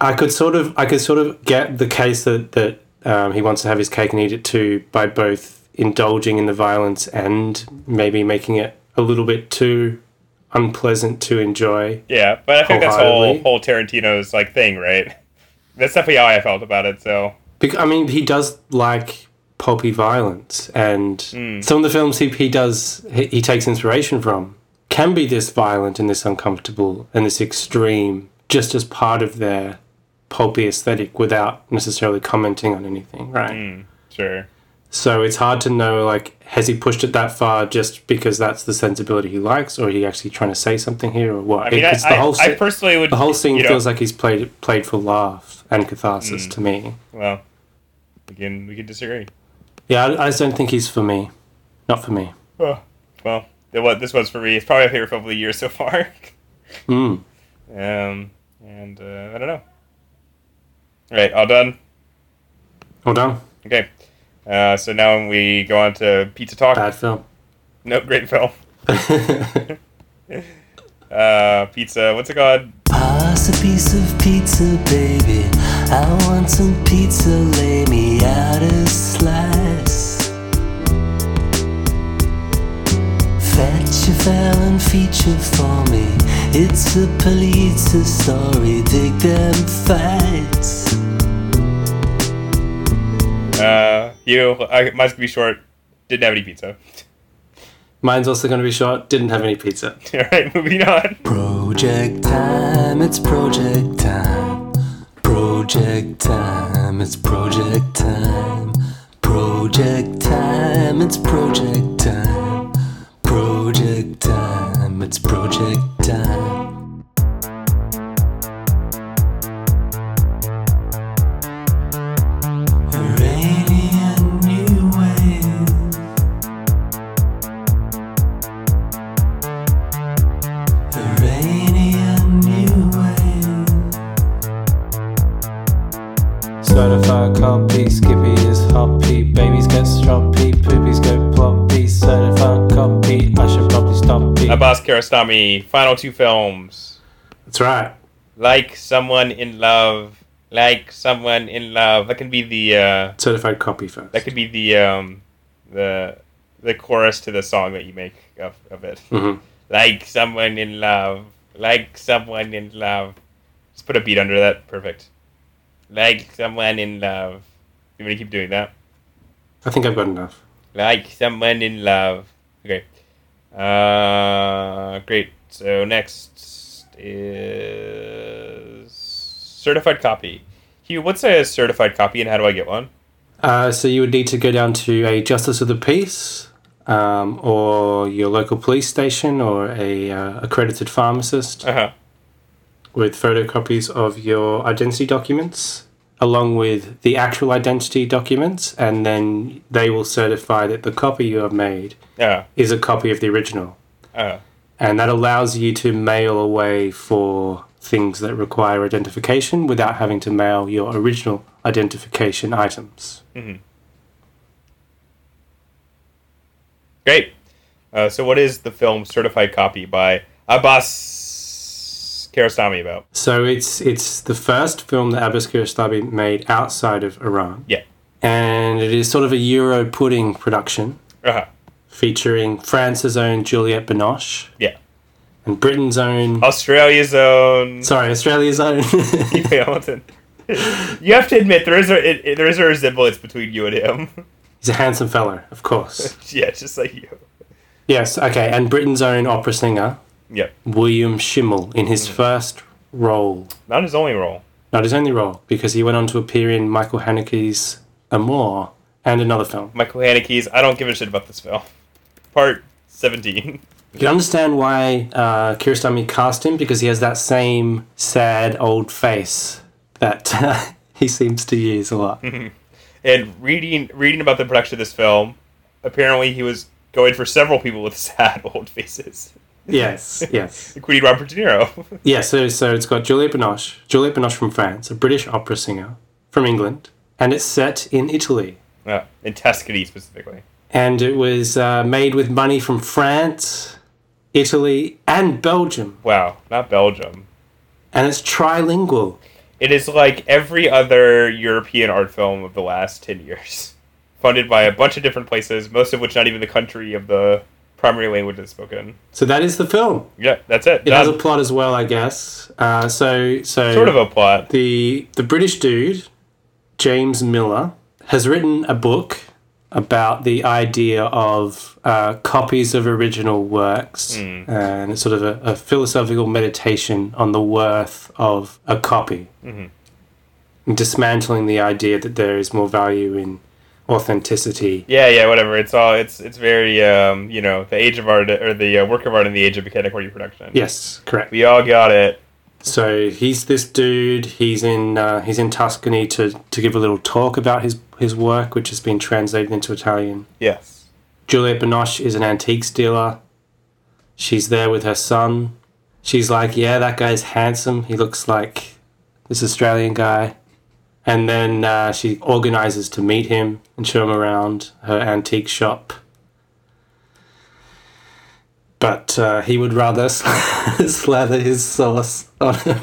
Speaker 1: I could sort of I could sort of get the case that that um, he wants to have his cake and eat it too by both indulging in the violence and maybe making it a little bit too unpleasant to enjoy.
Speaker 2: Yeah, but I think that's whole
Speaker 1: Wholeheartedly.
Speaker 2: whole Tarantino's like thing, right? That's definitely how I felt about it. So
Speaker 1: Because, I mean, he does like pulpy violence, and
Speaker 2: Hmm.
Speaker 1: some of the films he, he does he, he takes inspiration from can be this violent and this uncomfortable and this extreme, just as part of their pulpy aesthetic without necessarily commenting on anything, right?
Speaker 2: Hmm. sure,
Speaker 1: So it's hard to know like has he pushed it that far just because that's the sensibility he likes, or are he actually trying to say something here, or what?
Speaker 2: I mean,
Speaker 1: It-
Speaker 2: I,
Speaker 1: it's the whole
Speaker 2: I, I
Speaker 1: scene-
Speaker 2: personally would
Speaker 1: the whole scene
Speaker 2: you know, Hmm.
Speaker 1: feels like he's played it- played for laugh and catharsis to me.
Speaker 2: well, we can we can disagree.
Speaker 1: Yeah, I, I just don't think he's for me. Not for me.
Speaker 2: Oh, well, th- what this was for me. It's probably my favorite film of the year so far.
Speaker 1: Mm.
Speaker 2: um, and uh, I don't know. All right, all done.
Speaker 1: Well done.
Speaker 2: Okay. Uh, so now we go on to pizza talk.
Speaker 1: Bad film.
Speaker 2: Nope, great film. Uh, pizza. What's it called?
Speaker 3: Pass a piece of pizza, baby. I want some pizza, lay me out a slice. Fetch a fallon feature for me. It's the police, sorry, dig them fights.
Speaker 2: Uh, you. I, mine's gonna be short. Didn't have any pizza.
Speaker 1: Mine's also going to be short. Didn't have any pizza.
Speaker 2: All right, moving on.
Speaker 3: Project time, it's project time. Project time, it's project time. Project time, it's project time. Project time, it's project time. Iranian new wave. Iranian new wave.
Speaker 1: Certified copy, Skippy is hoppy. Babies get stroppy, poopies go ploppy. Certified copy, I should probably stop it.
Speaker 2: Abbas Kiarostami, final two films.
Speaker 1: That's right.
Speaker 2: Like someone in love. Like someone in love. That can be the uh,
Speaker 1: Certified copy first.
Speaker 2: that could be the um, the the chorus to the song that you make of, of it.
Speaker 1: Mhm.
Speaker 2: Like someone in love. Like someone in love. Just put a beat under that. Perfect. Like someone in love. You want to keep doing that?
Speaker 1: I think I've got enough.
Speaker 2: like someone in love. Okay. Uh, great. So next is certified copy. Hugh, what's a certified copy, and how do I get one?
Speaker 1: Uh, so you would need to go down to a justice of the peace, um, or your local police station, or a uh, accredited pharmacist
Speaker 2: Uh huh.
Speaker 1: with photocopies of your identity documents, along with the actual identity documents, and then they will certify that the copy you have made
Speaker 2: Yeah.
Speaker 1: is a copy of the original,
Speaker 2: Uh,
Speaker 1: and that allows you to mail away for things that require identification without having to mail your original identification items.
Speaker 2: great. Uh, so what is the film certified copy by Abbas Kiarostami about?
Speaker 1: So it's it's the first film that Abbas Kiarostami made outside of Iran,
Speaker 2: Yeah.
Speaker 1: and it is sort of a Euro pudding production
Speaker 2: Uh huh.
Speaker 1: featuring France's own Juliette Binoche
Speaker 2: Yeah.
Speaker 1: and Britain's own.
Speaker 2: Australia's own.
Speaker 1: Sorry, Australia's own.
Speaker 2: Keith Hamilton. you have to admit there is a it, it- there is a resemblance between you and him.
Speaker 1: He's a handsome fellow, of course.
Speaker 2: yeah, just like you.
Speaker 1: Yes, okay, and Britain's own opera singer
Speaker 2: Yep.
Speaker 1: William Schimmel in his first role,
Speaker 2: Not his only role.
Speaker 1: not his only role, because he went on to appear in Michael Haneke's Amour and another film.
Speaker 2: Michael Haneke's I don't give a shit about this film. Part seventeen.
Speaker 1: You can understand why uh, Kiarostami cast him because he has that same sad old face that he seems to use a lot.
Speaker 2: And reading reading about the production of this film, apparently he was going for several people with sad old faces,
Speaker 1: yes, yes,
Speaker 2: including Robert De Niro.
Speaker 1: yeah. So, so it's got Juliette Binoche, Juliette Binoche from France, a British opera singer from England, and it's set in Italy.
Speaker 2: yeah, Uh, in Tuscany specifically.
Speaker 1: And it was uh, made with money from France, Italy, and Belgium,
Speaker 2: Wow, not Belgium.
Speaker 1: and it's trilingual.
Speaker 2: It is like every other European art film of the last 10 years, funded by a bunch of different places, most of which not even the country of the primary language is spoken.
Speaker 1: So that is the film.
Speaker 2: Yeah, that's it.
Speaker 1: It has a
Speaker 2: Done.
Speaker 1: plot as well, I guess. Uh, so, so
Speaker 2: sort of a plot.
Speaker 1: the the British dude, James Miller, has written a book about the idea of uh, copies of original works, and it's sort of a, a philosophical meditation on the worth of a copy, and dismantling the idea that there is more value in authenticity.
Speaker 2: Yeah, yeah, whatever. It's all it's it's very um, you know, the age of art or the uh, work of art in the age of mechanical reproduction.
Speaker 1: Yes, correct.
Speaker 2: We all got it.
Speaker 1: So he's this dude. He's in uh, he's in Tuscany to, to give a little talk about his his work, which has been translated into Italian.
Speaker 2: Yes.
Speaker 1: Juliette Binoche is an antiques dealer. She's there with her son. She's like, yeah, that guy's handsome. He looks like this Australian guy. And then uh, she organizes to meet him and show him around her antique shop. But uh, he would rather sl- slather his sauce on her,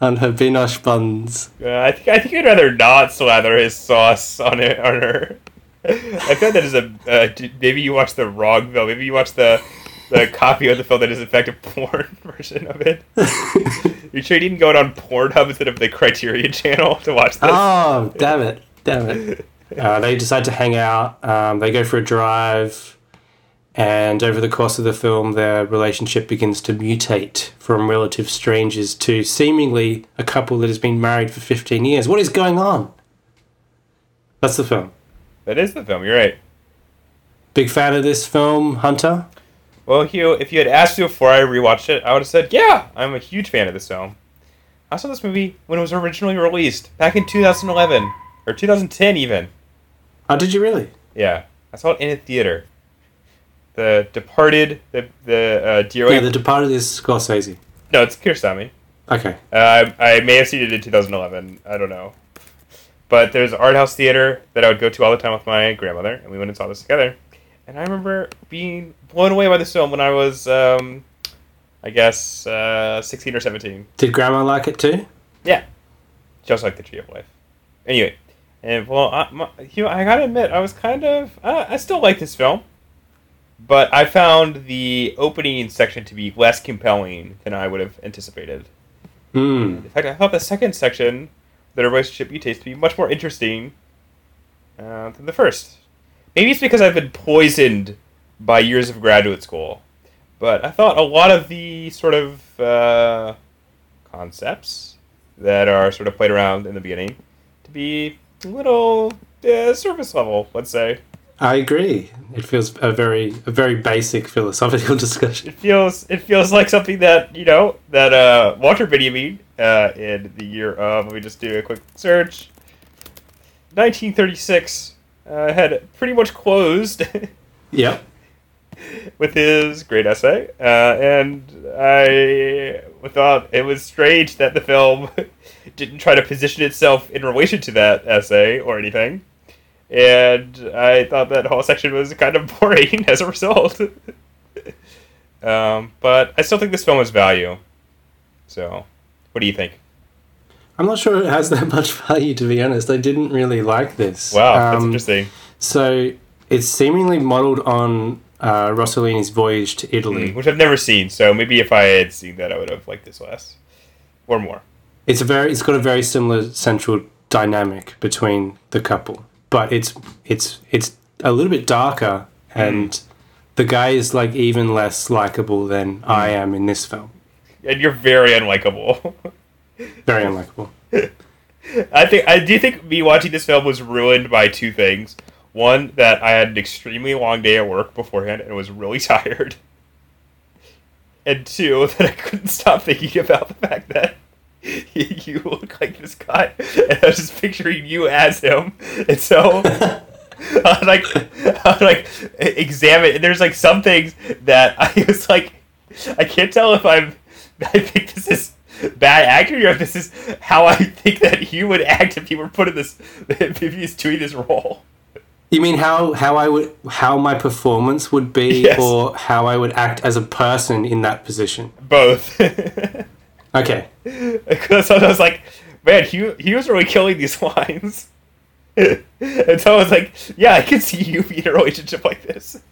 Speaker 1: on her Binoche buns.
Speaker 2: Uh, I think I think I'd rather not slather his sauce on it on her. I feel that is a uh, d- maybe you watch the wrong film. Maybe you watch the the copy of the film that is in fact a porn version of it. You're trading going on Pornhub instead of the Criterion Channel to watch this.
Speaker 3: Uh,
Speaker 1: Oh, damn it. Damn it. Uh, they decide to hang out. Um, they go for a drive. And over the course of the film, their relationship begins to mutate from relative strangers to seemingly a couple that has been married for 15 years. What is going on? That's the film.
Speaker 2: That is the film. You're right.
Speaker 1: Big fan of this film, Hunter.
Speaker 2: Well, Hugh, if you had asked me before I rewatched it, I would have said, "Yeah, I'm a huge fan of this film." I saw this movie when it was originally released back in 2011 or 2010 even.
Speaker 1: Oh, did you really?
Speaker 2: Yeah, I saw it in a theater. The Departed, the the uh, DOA.
Speaker 1: Yeah, The Departed is Scorsese.
Speaker 2: no, it's Kiarostami.
Speaker 1: Okay.
Speaker 2: Uh, I, I may have seen it in 2011. I don't know. But there's an art house theater that I would go to all the time with my grandmother, and we went and saw this together. And I remember being blown away by this film when I was, um, I guess, uh, 16 or 17.
Speaker 1: Did Grandma like it too?
Speaker 2: Yeah, just like the Tree of Life. Anyway, and well, I, my, you know, I gotta admit, I was kind of, uh, I still like this film, but I found the opening section to be less compelling than I would have anticipated.
Speaker 1: Mm.
Speaker 2: In fact, I thought the second section, the relationship mutates, to be much more interesting uh, than the first. Maybe it's because I've been poisoned by years of graduate school, but I thought a lot of the sort of uh, concepts that are sort of played around in the beginning to be a little uh, surface level, let's say.
Speaker 1: I agree. It feels a very a very basic philosophical discussion.
Speaker 2: It feels it feels like something that you know that uh, Walter Benjamin uh, in the year of let me just do a quick search. 1936 uh, had pretty much closed
Speaker 1: Yep.
Speaker 2: with his great essay, uh, and I thought it was strange that the film didn't try to position itself in relation to that essay or anything. And I thought that whole section was kind of boring as a result. um, but I still think this film has value. So, what do you think?
Speaker 1: I'm not sure it has that much value to be honest. I didn't really like this.
Speaker 2: Wow, that's
Speaker 1: Um,
Speaker 2: interesting.
Speaker 1: So it's seemingly modelled on uh, Rossellini's Voyage to Italy.
Speaker 2: Which I've never seen, so maybe if I had seen that, I would have liked this less or more.
Speaker 1: It's a very it's got a very similar central dynamic between the couple, but it's it's it's a little bit darker and. The guy is like even less likable than I am in this film.
Speaker 2: And you're very unlikable.
Speaker 1: Very unlikable.
Speaker 2: I think I do think me watching this film was ruined by two things. One, that I had an extremely long day at work beforehand and was really tired. And two, that I couldn't stop thinking about the fact that you look like this guy, and I was just picturing you as him. And so, I would like, I would like e-, examine. And there's like some things that I was like, I can't tell if I'm. I think this is bad acting or if this is how I think that he would act if he were put in this, if he's doing this role.
Speaker 1: You mean how how I would how my performance would be
Speaker 2: Yes.
Speaker 1: or how I would act as a person in that position?
Speaker 2: Both.
Speaker 1: Okay.
Speaker 2: Because I was like, man, he, he was really killing these lines. and so I was like, yeah, I can see you be in a relationship like this.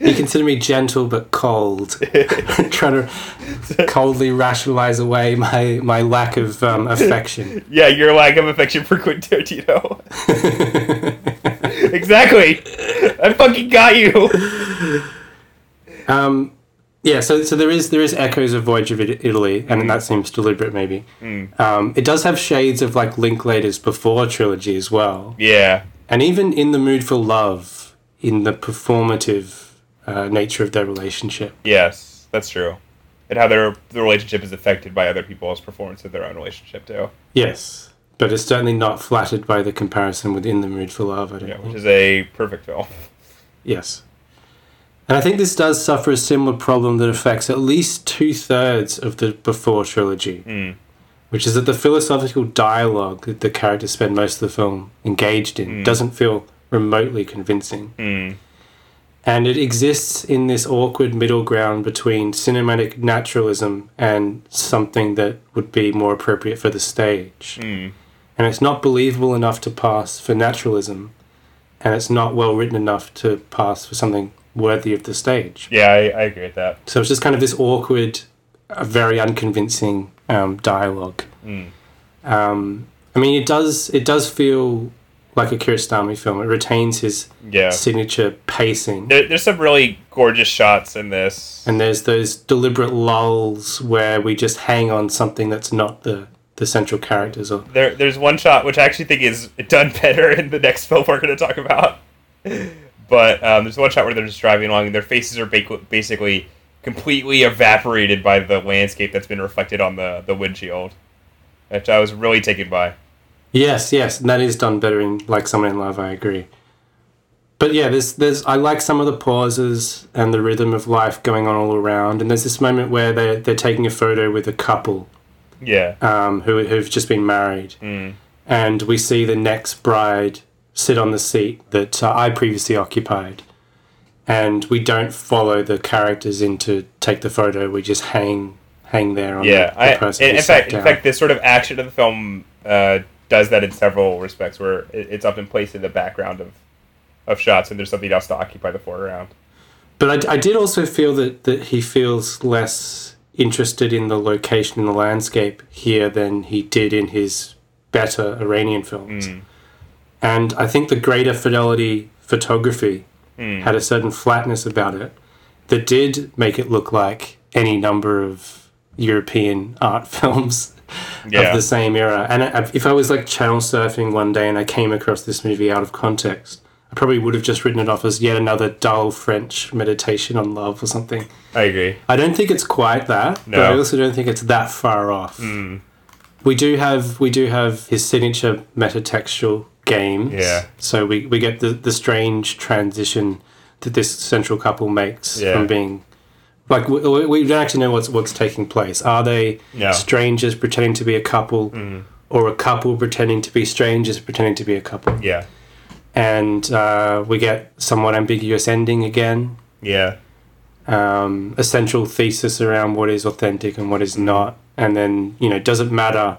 Speaker 1: You consider me gentle but cold. Trying to coldly rationalize away my, my lack of um, affection.
Speaker 2: Yeah, your lack of affection for Quentin Tarantino. exactly. I fucking got you.
Speaker 1: Um, yeah, so so there is there is echoes of Voyage of It- Italy, and that seems deliberate maybe. Um, it does have shades of like Linklater's before trilogy as well.
Speaker 2: Yeah.
Speaker 1: and even in the mood for love, in the performative uh, nature of their relationship.
Speaker 2: Yes, that's true. And how their the relationship is affected by other people's performance of their own relationship too.
Speaker 1: Yes, but it's certainly not flattered by the comparison with In the Mood for Love. I don't
Speaker 2: Yeah,
Speaker 1: think.
Speaker 2: which is a perfect film.
Speaker 1: Yes, and I think this does suffer a similar problem that affects at least two thirds of the Before trilogy,
Speaker 2: Mm,
Speaker 1: which is that the philosophical dialogue that the characters spend most of the film engaged in doesn't feel remotely convincing.
Speaker 2: mm,
Speaker 1: And it exists in this awkward middle ground between cinematic naturalism and something that would be more appropriate for the stage.
Speaker 2: mm.
Speaker 1: And it's not believable enough to pass for naturalism, and it's not well written enough to pass for something worthy of the stage.
Speaker 2: Yeah, I, I agree with that.
Speaker 1: So it's just kind of this awkward, uh, very unconvincing um, dialogue.
Speaker 2: Mm,
Speaker 1: Um, I mean, it does it does feel like a Kiristami film. It retains his
Speaker 2: Yeah.
Speaker 1: signature pacing.
Speaker 2: There, there's some really gorgeous shots in this.
Speaker 1: and there's those deliberate lulls where we just hang on something that's not the the central characters or
Speaker 2: There, there's one shot which I actually think is done better in the next film we're going to talk about. But um, there's one shot where they're just driving along and their faces are ba- basically completely evaporated by the landscape that's been reflected on the, the windshield, which I was really taken by.
Speaker 1: yes yes and that is done better in like someone in love i agree but yeah there's there's i like some of the pauses and the rhythm of life going on all around and there's this moment where they're, they're taking a photo with a couple
Speaker 2: Yeah. mm,
Speaker 1: um, who, who've just been married. And we see the next bride sit on the seat that uh, I previously occupied. And we don't follow the characters in to take the photo. We just hang hang there on
Speaker 2: yeah,
Speaker 1: the, the
Speaker 2: I,
Speaker 1: person
Speaker 2: in,
Speaker 1: who
Speaker 2: in
Speaker 1: sat
Speaker 2: fact, in
Speaker 1: down.
Speaker 2: fact, this sort of action of the film uh, does that in several respects, where it, it's often placed in the background of of shots, and there's something else to occupy the foreground.
Speaker 1: but I, I did also feel that, that he feels less interested in the location and the
Speaker 2: Mm.
Speaker 1: landscape here than he did in his better Iranian films. And I think the greater fidelity photography
Speaker 2: Hmm,
Speaker 1: had a certain flatness about it that did make it look like any number of European art films
Speaker 2: Yeah.
Speaker 1: of the same era. And I- if I was like channel surfing one day and I came across this movie out of context, I probably would have just written it off as yet another dull French meditation on love or something.
Speaker 2: I agree.
Speaker 1: I don't think it's quite that, but
Speaker 2: No. Hmm.
Speaker 1: I also don't think it's that far off. We do have we do have his signature metatextual games.
Speaker 2: Yeah.
Speaker 1: So we, we get the, the strange transition that this central couple makes
Speaker 2: Yeah.
Speaker 1: from being like we, we- we don't actually know what's what's taking place. Are they
Speaker 2: No. Hmm.
Speaker 1: strangers pretending to be a couple, or a couple pretending to be strangers pretending to be a couple?
Speaker 2: Yeah.
Speaker 1: And uh, we get somewhat ambiguous ending again
Speaker 2: Yeah.
Speaker 1: um, a central thesis around what is authentic and what is not. And then, you know, does it matter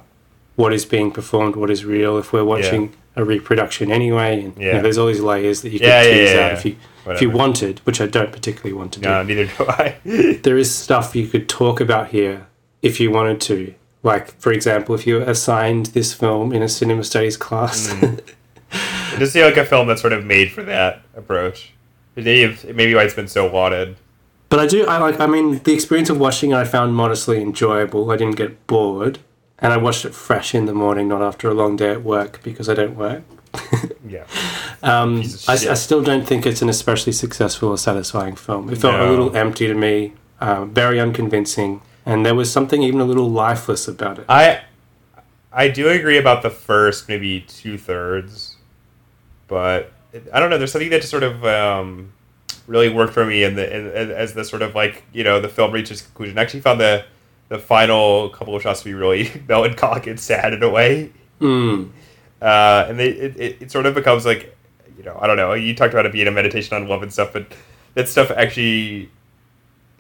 Speaker 1: what is being performed, what is real, if we're watching a reproduction anyway? And, you know,
Speaker 2: Yeah.
Speaker 1: there's all these layers that you could
Speaker 2: Yeah, yeah,
Speaker 1: tease
Speaker 2: yeah,
Speaker 1: out
Speaker 2: yeah.
Speaker 1: if you if
Speaker 2: Whatever.
Speaker 1: you wanted, which I don't particularly want to do.
Speaker 2: No, neither do I.
Speaker 1: There is stuff you could talk about here if you wanted to. Like, for example, if you assigned this film in a cinema studies class,
Speaker 2: Mm. Just see like a film that's sort of made for that approach. Maybe maybe why it's been so lauded.
Speaker 1: But I do. I like. I mean, the experience of watching it, I found modestly enjoyable. I didn't get bored, and I watched it fresh in the morning, not after a long day at work because I don't work.
Speaker 2: Yeah.
Speaker 1: Um,
Speaker 2: Piece of
Speaker 1: I,
Speaker 2: shit.
Speaker 1: I still don't think it's an especially successful or satisfying film. It felt a
Speaker 2: No.
Speaker 1: little empty to me, uh, very unconvincing, and there was something even a little lifeless about it.
Speaker 2: I I do agree about the first maybe two thirds, but it- I don't know. There's something that just sort of um, really worked for me in the in, as- as the sort of like you know the film reaches conclusion. I actually found the the final couple of shots to be really melancholic and sad in a way,
Speaker 1: Mm.
Speaker 2: uh, and they, it, it it sort of becomes like you know I don't know. You talked about it being a meditation on love and stuff, but that stuff actually.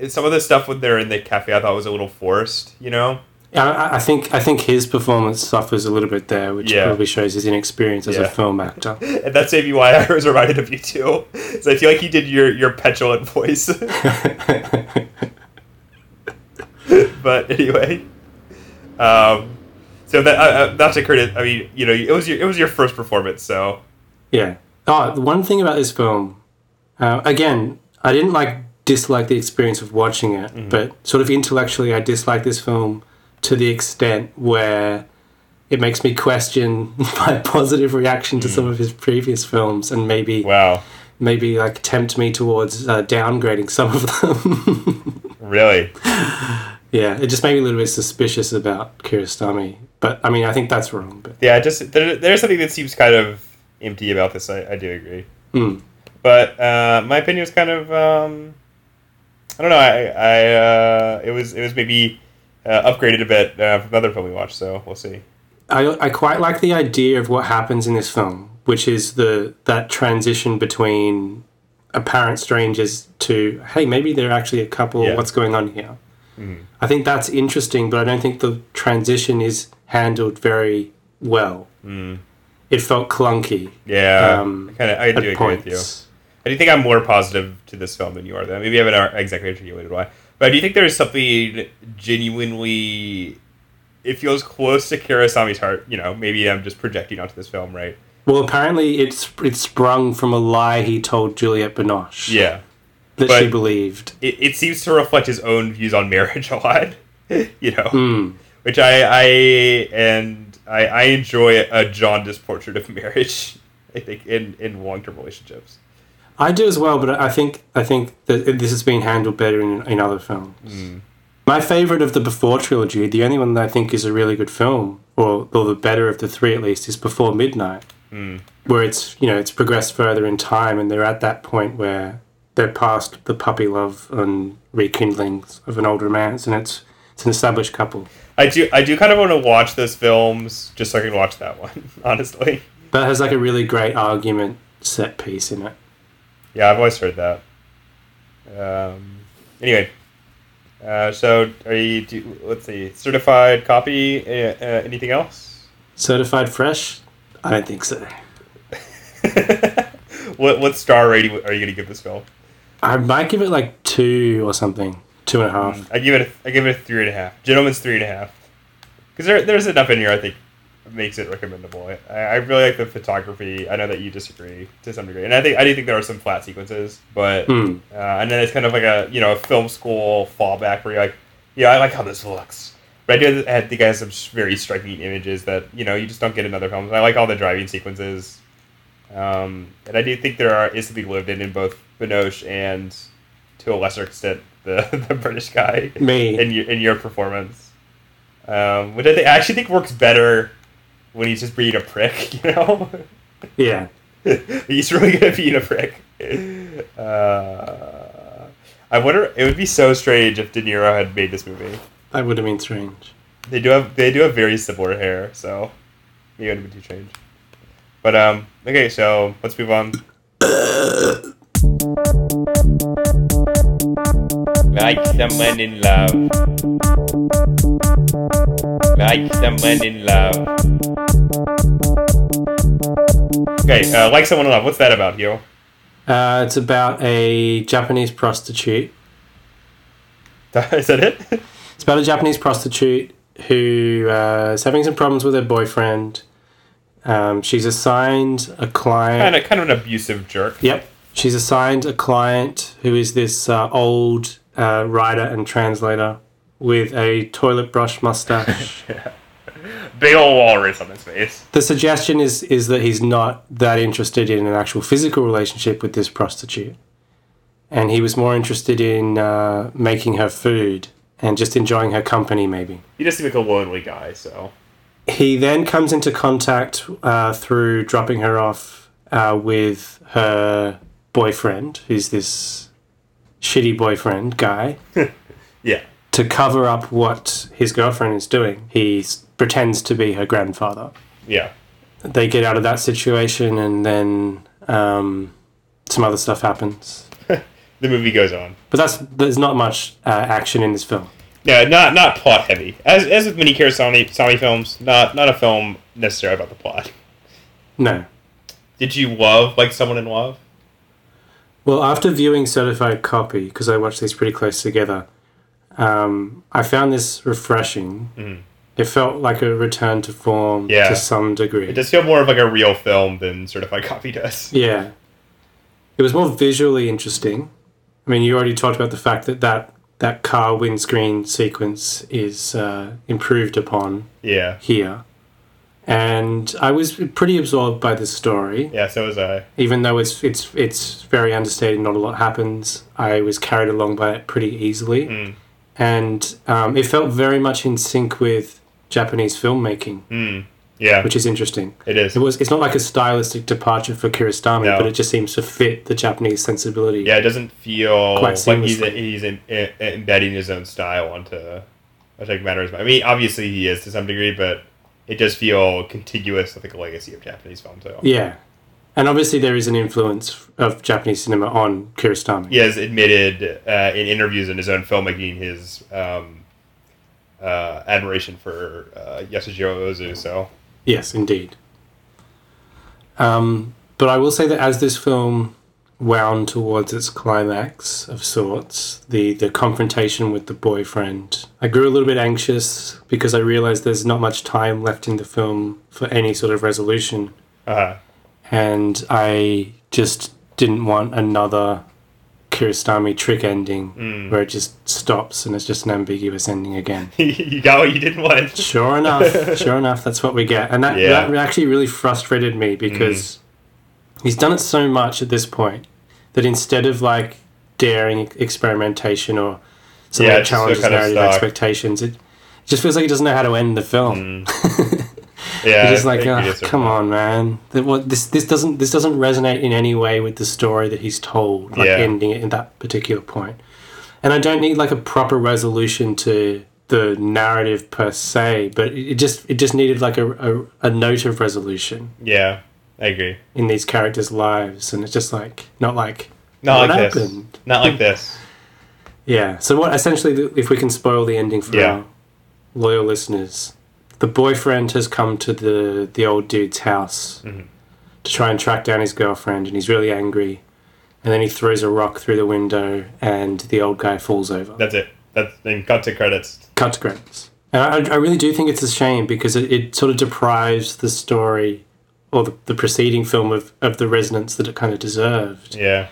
Speaker 2: Some of the stuff when they're in the cafe, I thought was a little forced, you know.
Speaker 1: I- I, I think. I think his performance suffers a little bit there, which
Speaker 2: Yeah.
Speaker 1: probably shows his inexperience as
Speaker 2: Yeah.
Speaker 1: a film actor.
Speaker 2: And that's maybe why I was reminded of you too. So I feel like you did your, your petulant voice. but anyway, um, so that uh, uh, not to credit. I mean, you know, it was your it was your first performance, so
Speaker 1: Yeah. Oh, the one thing about this film, uh, again, I didn't like dislike the experience of watching it, but sort of intellectually, I dislike this film to the extent where it makes me question my positive reaction to some of his previous films, and maybe
Speaker 2: wow,
Speaker 1: maybe like tempt me towards uh, downgrading some of them.
Speaker 2: really,
Speaker 1: yeah, it just made me a little bit suspicious about Kiristami. But I mean, I think that's wrong. But
Speaker 2: yeah. Just there, there's something that seems kind of empty about this. I, I do agree,
Speaker 1: Hmm.
Speaker 2: but uh, my opinion was kind of um, I don't know. I, I uh, it was it was maybe uh, upgraded a bit uh, from another film we watched, so we'll see.
Speaker 1: I, I quite like the idea of what happens in this film, which is the that transition between apparent strangers to hey, maybe they're actually a couple.
Speaker 2: Yeah. Mm-hmm.
Speaker 1: What's going on here? I think that's interesting, but I don't think the transition is handled very well. It felt clunky
Speaker 2: Yeah,
Speaker 1: um,
Speaker 2: I kind of. Mm. I
Speaker 1: at
Speaker 2: do agree
Speaker 1: points.
Speaker 2: with you. I do think I'm more positive to this film than you are, though. Maybe I haven't ar- exactly articulated why, but I do think there is something genuinely. It feels close to Kurosami's heart. You know, maybe I'm just projecting onto this film, right?
Speaker 1: Well, apparently it's it sprung from a lie he told Juliette Binoche
Speaker 2: Yeah,
Speaker 1: that she
Speaker 2: but-
Speaker 1: believed.
Speaker 2: it, it seems to reflect his own views on marriage a lot. You know,
Speaker 1: Mm.
Speaker 2: which I I and I, I enjoy a jaundiced portrait of marriage. I think in in long term relationships.
Speaker 1: I do as well, but I think I think that this has been handled better in, in other films. My favorite of the Before trilogy, the only one that I think is a really good film, or, or the better of the three at least, is Before Midnight, where it's you know it's progressed further in time, and they're at that point where they're past the puppy love and rekindlings of an old romance, and it's it's an established couple.
Speaker 2: I do I do kind of want to watch those films just so I can watch that one, honestly.
Speaker 1: That has like a really great argument set piece in it.
Speaker 2: Yeah, I've always heard that. Um, anyway, uh, so are you? Do, let's see, certified copy. Uh, uh, anything else?
Speaker 1: Certified fresh? I don't think so.
Speaker 2: what what star rating are you gonna give this film?
Speaker 1: I might give it like two or something, two and a
Speaker 2: Mm.
Speaker 1: half.
Speaker 2: I give it a, I give it a three and a half. Gentleman's three and a half. Because there, there's enough in here I think makes it recommendable. I, I really like the photography. I know that you disagree to some degree, and I think I do think there are some flat sequences, but
Speaker 1: Mm.
Speaker 2: uh, and then it's kind of like a you know a film school fallback where you're like, yeah, I like how this looks. But I do I think I have some s- very striking images that you know you just don't get in other films. And I like all the driving sequences, um, and I do think there are is something lived in in both Binoche and to a lesser extent the, the British guy
Speaker 1: Me.
Speaker 2: in your in your performance, um, which I, think I actually think works better when he's just being a prick. You know,
Speaker 1: Yeah.
Speaker 2: he's really good at being a prick. Uh, I wonder. It would be so strange if De Niro had made this movie.
Speaker 1: That would have been strange.
Speaker 2: They do have they do have very similar hair, so maybe it would be too strange. But um, okay, so let's move on.
Speaker 4: Like someone in love. Like someone in love.
Speaker 2: Okay, uh, like someone in love. What's that about, Hugh?
Speaker 1: Uh, it's about a Japanese prostitute.
Speaker 2: Is that it?
Speaker 1: It's about a Japanese prostitute who uh, is having some problems with her boyfriend. Um, she's assigned a client.
Speaker 2: kind of kind of an abusive jerk.
Speaker 1: Yep. She's assigned a client who is this uh, old uh, writer and translator with a toilet brush mustache.
Speaker 2: Big old walrus on his face.
Speaker 1: the suggestion is is that he's not that interested in an actual physical relationship with this prostitute, and he was more interested in uh, making her food and just enjoying her company, maybe.
Speaker 2: He just seems like a lonely guy. So
Speaker 1: He then comes into contact uh, through dropping her off uh, with her boyfriend, who's this shitty boyfriend guy.
Speaker 2: yeah,
Speaker 1: to cover up what his girlfriend is doing, he s- pretends to be her grandfather.
Speaker 2: yeah.
Speaker 1: They get out of that situation, and then um, some other stuff happens.
Speaker 2: The movie goes on.
Speaker 1: But that's there's not much uh, action in this film.
Speaker 2: Yeah, not not plot heavy. As, as with many Kurosami Sami films, not not a film necessarily about the plot.
Speaker 1: No.
Speaker 2: Did you love like someone in love?
Speaker 1: Well, after viewing Certified Copy, because I watched these pretty close together, um, I found this refreshing. It felt like a return to form
Speaker 2: Mm. Yeah.
Speaker 1: to some degree.
Speaker 2: It does feel more of like a real film than Certified Copy does.
Speaker 1: Yeah. It was more visually interesting. I mean, you already talked about the fact that that, that car windscreen sequence is uh, improved upon
Speaker 2: Yeah,
Speaker 1: here. And I was pretty absorbed by the story,
Speaker 2: yeah. So was I.
Speaker 1: even though it's it's it's very understated. Not a lot happens. I was carried along by it pretty easily,
Speaker 2: Mm.
Speaker 1: and um, it felt very much in sync with Japanese filmmaking,
Speaker 2: Mm. Yeah,
Speaker 1: which is interesting.
Speaker 2: it is.
Speaker 1: It was. It's not like a stylistic departure for Kiristami,
Speaker 2: No.
Speaker 1: but it just seems to fit the Japanese sensibility.
Speaker 2: Yeah, it doesn't feel
Speaker 1: Quite
Speaker 2: like he's
Speaker 1: seamlessly.
Speaker 2: he's in, in, embedding his own style onto subject matter. as much. I mean, obviously he is to some degree, but it does feel contiguous with like a legacy of Japanese film. So
Speaker 1: Yeah. and obviously there is an influence of Japanese cinema on Kiristami.
Speaker 2: he has admitted uh, in interviews in his own filmmaking his um, uh, admiration for uh, Yasujiro Ozu. So
Speaker 1: Yes, indeed. Um, but I will say that as this film wound towards its climax of sorts, the the confrontation with the boyfriend, I grew a little bit anxious because I realized there's not much time left in the film for any sort of resolution.
Speaker 2: uh,
Speaker 1: and I just didn't want another Kiristami trick ending
Speaker 2: mm.
Speaker 1: where it just stops and it's just an ambiguous ending again.
Speaker 2: you got what you didn't want.
Speaker 1: Sure enough, sure enough, that's what we get, and that
Speaker 2: Yeah. Mm.
Speaker 1: that actually really frustrated me because he's done it so much at this point that instead of like daring e-, experimentation or some
Speaker 2: Yeah,
Speaker 1: yeah,
Speaker 2: it just felt
Speaker 1: challenges
Speaker 2: kind of
Speaker 1: narrative
Speaker 2: stuck.
Speaker 1: expectations, it just feels like he doesn't know how to end the film.
Speaker 2: Mm. Yeah,
Speaker 1: You're Oh. just like,
Speaker 2: I think you
Speaker 1: "Ugh,
Speaker 2: did
Speaker 1: come on, man. That what this this doesn't this doesn't resonate in any way with the story that he's told. Like
Speaker 2: Mm. Yeah.
Speaker 1: ending it in that particular point. And I don't need like a proper resolution to the narrative per se, but it it just it just needed like a, a, a note of resolution
Speaker 2: Yeah, I agree.
Speaker 1: in these characters' lives, and it's just like not like
Speaker 2: Not
Speaker 1: What
Speaker 2: like
Speaker 1: happened?
Speaker 2: this. Not like this.
Speaker 1: yeah. So what essentially, the- if we can spoil the ending for
Speaker 2: Yeah.
Speaker 1: our loyal listeners, the boyfriend has come to the the old dude's house
Speaker 2: Mm-hmm.
Speaker 1: to try and track down his girlfriend, and he's really angry. And then he throws a rock through the window, and the old guy falls over.
Speaker 2: That's it. That's then cut to credits.
Speaker 1: Cut to credits. And I, I really do think it's a shame because it, it sort of deprives the story or the, the preceding film of, of the resonance that it kind of deserved.
Speaker 2: Yeah.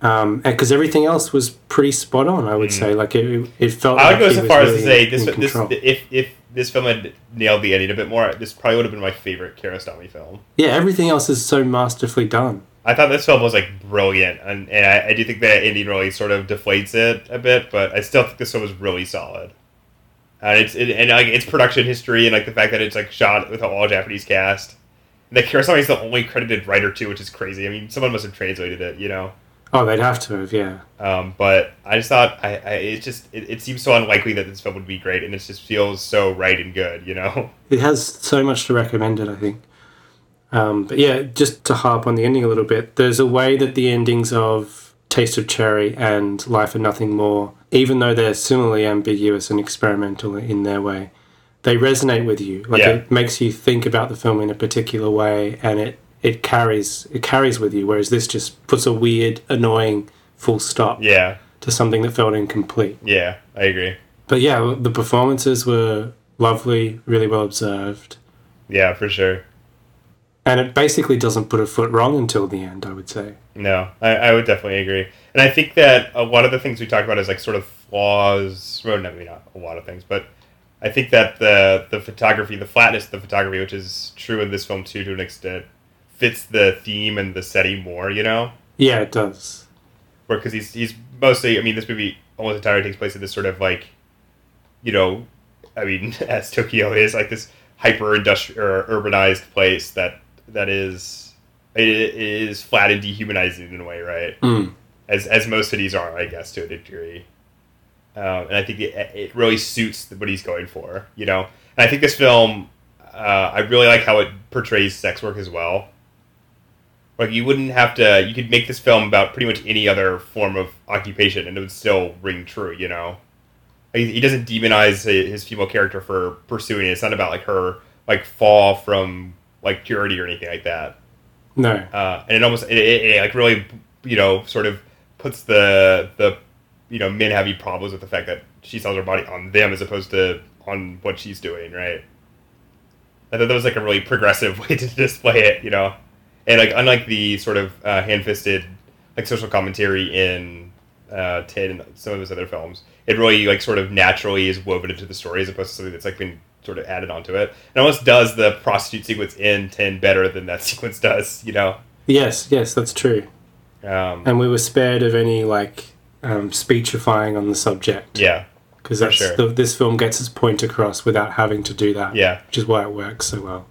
Speaker 1: Because everything else was pretty spot on, I would say. Like it, it felt.
Speaker 2: Mm. I would go
Speaker 1: it
Speaker 2: so
Speaker 1: was
Speaker 2: far as to
Speaker 1: really
Speaker 2: say
Speaker 1: in
Speaker 2: this, this
Speaker 1: control.
Speaker 2: if if this film had nailed the ending a bit more, this probably would have been my favorite Kiarostami film.
Speaker 1: yeah, everything else is so masterfully done.
Speaker 2: I thought this film was like brilliant, and, and I, I do think that ending really sort of deflates it a bit, but I still think this film was really solid. And it's it, and like its production history and like the fact that it's like shot with an all Japanese cast. And that Kurosami is the only credited writer too, which is crazy. I mean, someone must have translated it, you know.
Speaker 1: Oh, they'd have to have, yeah.
Speaker 2: Um, but I just thought I, I it's just it, it seems so unlikely that this film would be great, and it just feels so right and good, you know.
Speaker 1: It has so much to recommend it, I think. Um, but yeah, just to harp on the ending a little bit, there's a way that the endings of Taste of Cherry and Life and Nothing More, even though they're similarly ambiguous and experimental in their way, they resonate with you. Like
Speaker 2: Yeah.
Speaker 1: it makes you think about the film in a particular way, and it it carries it carries with you. Whereas this just puts a weird, annoying full stop
Speaker 2: Yeah,
Speaker 1: to something that felt incomplete.
Speaker 2: yeah, I agree.
Speaker 1: But yeah, the performances were lovely, really well observed.
Speaker 2: Yeah, for sure.
Speaker 1: And it basically doesn't put a foot wrong until the end, I would say.
Speaker 2: No, I, I would definitely agree. And I think that a lot of the things we talk about is like sort of flaws. Well, no, maybe not a lot of things, but I think that the the photography, the flatness of the photography, which is true in this film too to an extent, fits the theme and the setting more. You know,
Speaker 1: Yeah, it does.
Speaker 2: where because he's he's mostly. I mean, this movie almost entirely takes place in this sort of like, you know, I mean, as Tokyo is like this hyper industrial or urbanized place that that is it, it is flat and dehumanizing in a way, right?
Speaker 1: Mm.
Speaker 2: as as most cities are, I guess, to a degree. Um, and I think it, it really suits what he's going for, you know. And I think this film, uh, I really like how it portrays sex work as well. Like you wouldn't have to, you could make this film about pretty much any other form of occupation, and it would still ring true, you know. He, he doesn't demonize hi- his female character for pursuing it. It's not about like her like fall from like purity or anything like that
Speaker 1: No.
Speaker 2: uh, and it almost it, it, it like really you know sort of puts the the you know men having problems with the fact that she sells her body on them as opposed to on what she's doing right i thought that was like a really progressive way to display it you know and like unlike the sort of uh, hand-fisted like social commentary in uh, ted and some of his other films it really like sort of naturally is woven into the story as opposed to something that's like been sort of added onto it and almost does the prostitute sequence in 10 better than that sequence does you know
Speaker 1: Yes, yes, that's true.
Speaker 2: um,
Speaker 1: And we were spared of any, like, um, speechifying on the subject.
Speaker 2: yeah,
Speaker 1: Because that's
Speaker 2: sure.
Speaker 1: the, this film gets its point across without having to do that.
Speaker 2: yeah.
Speaker 1: Which is why it works so well.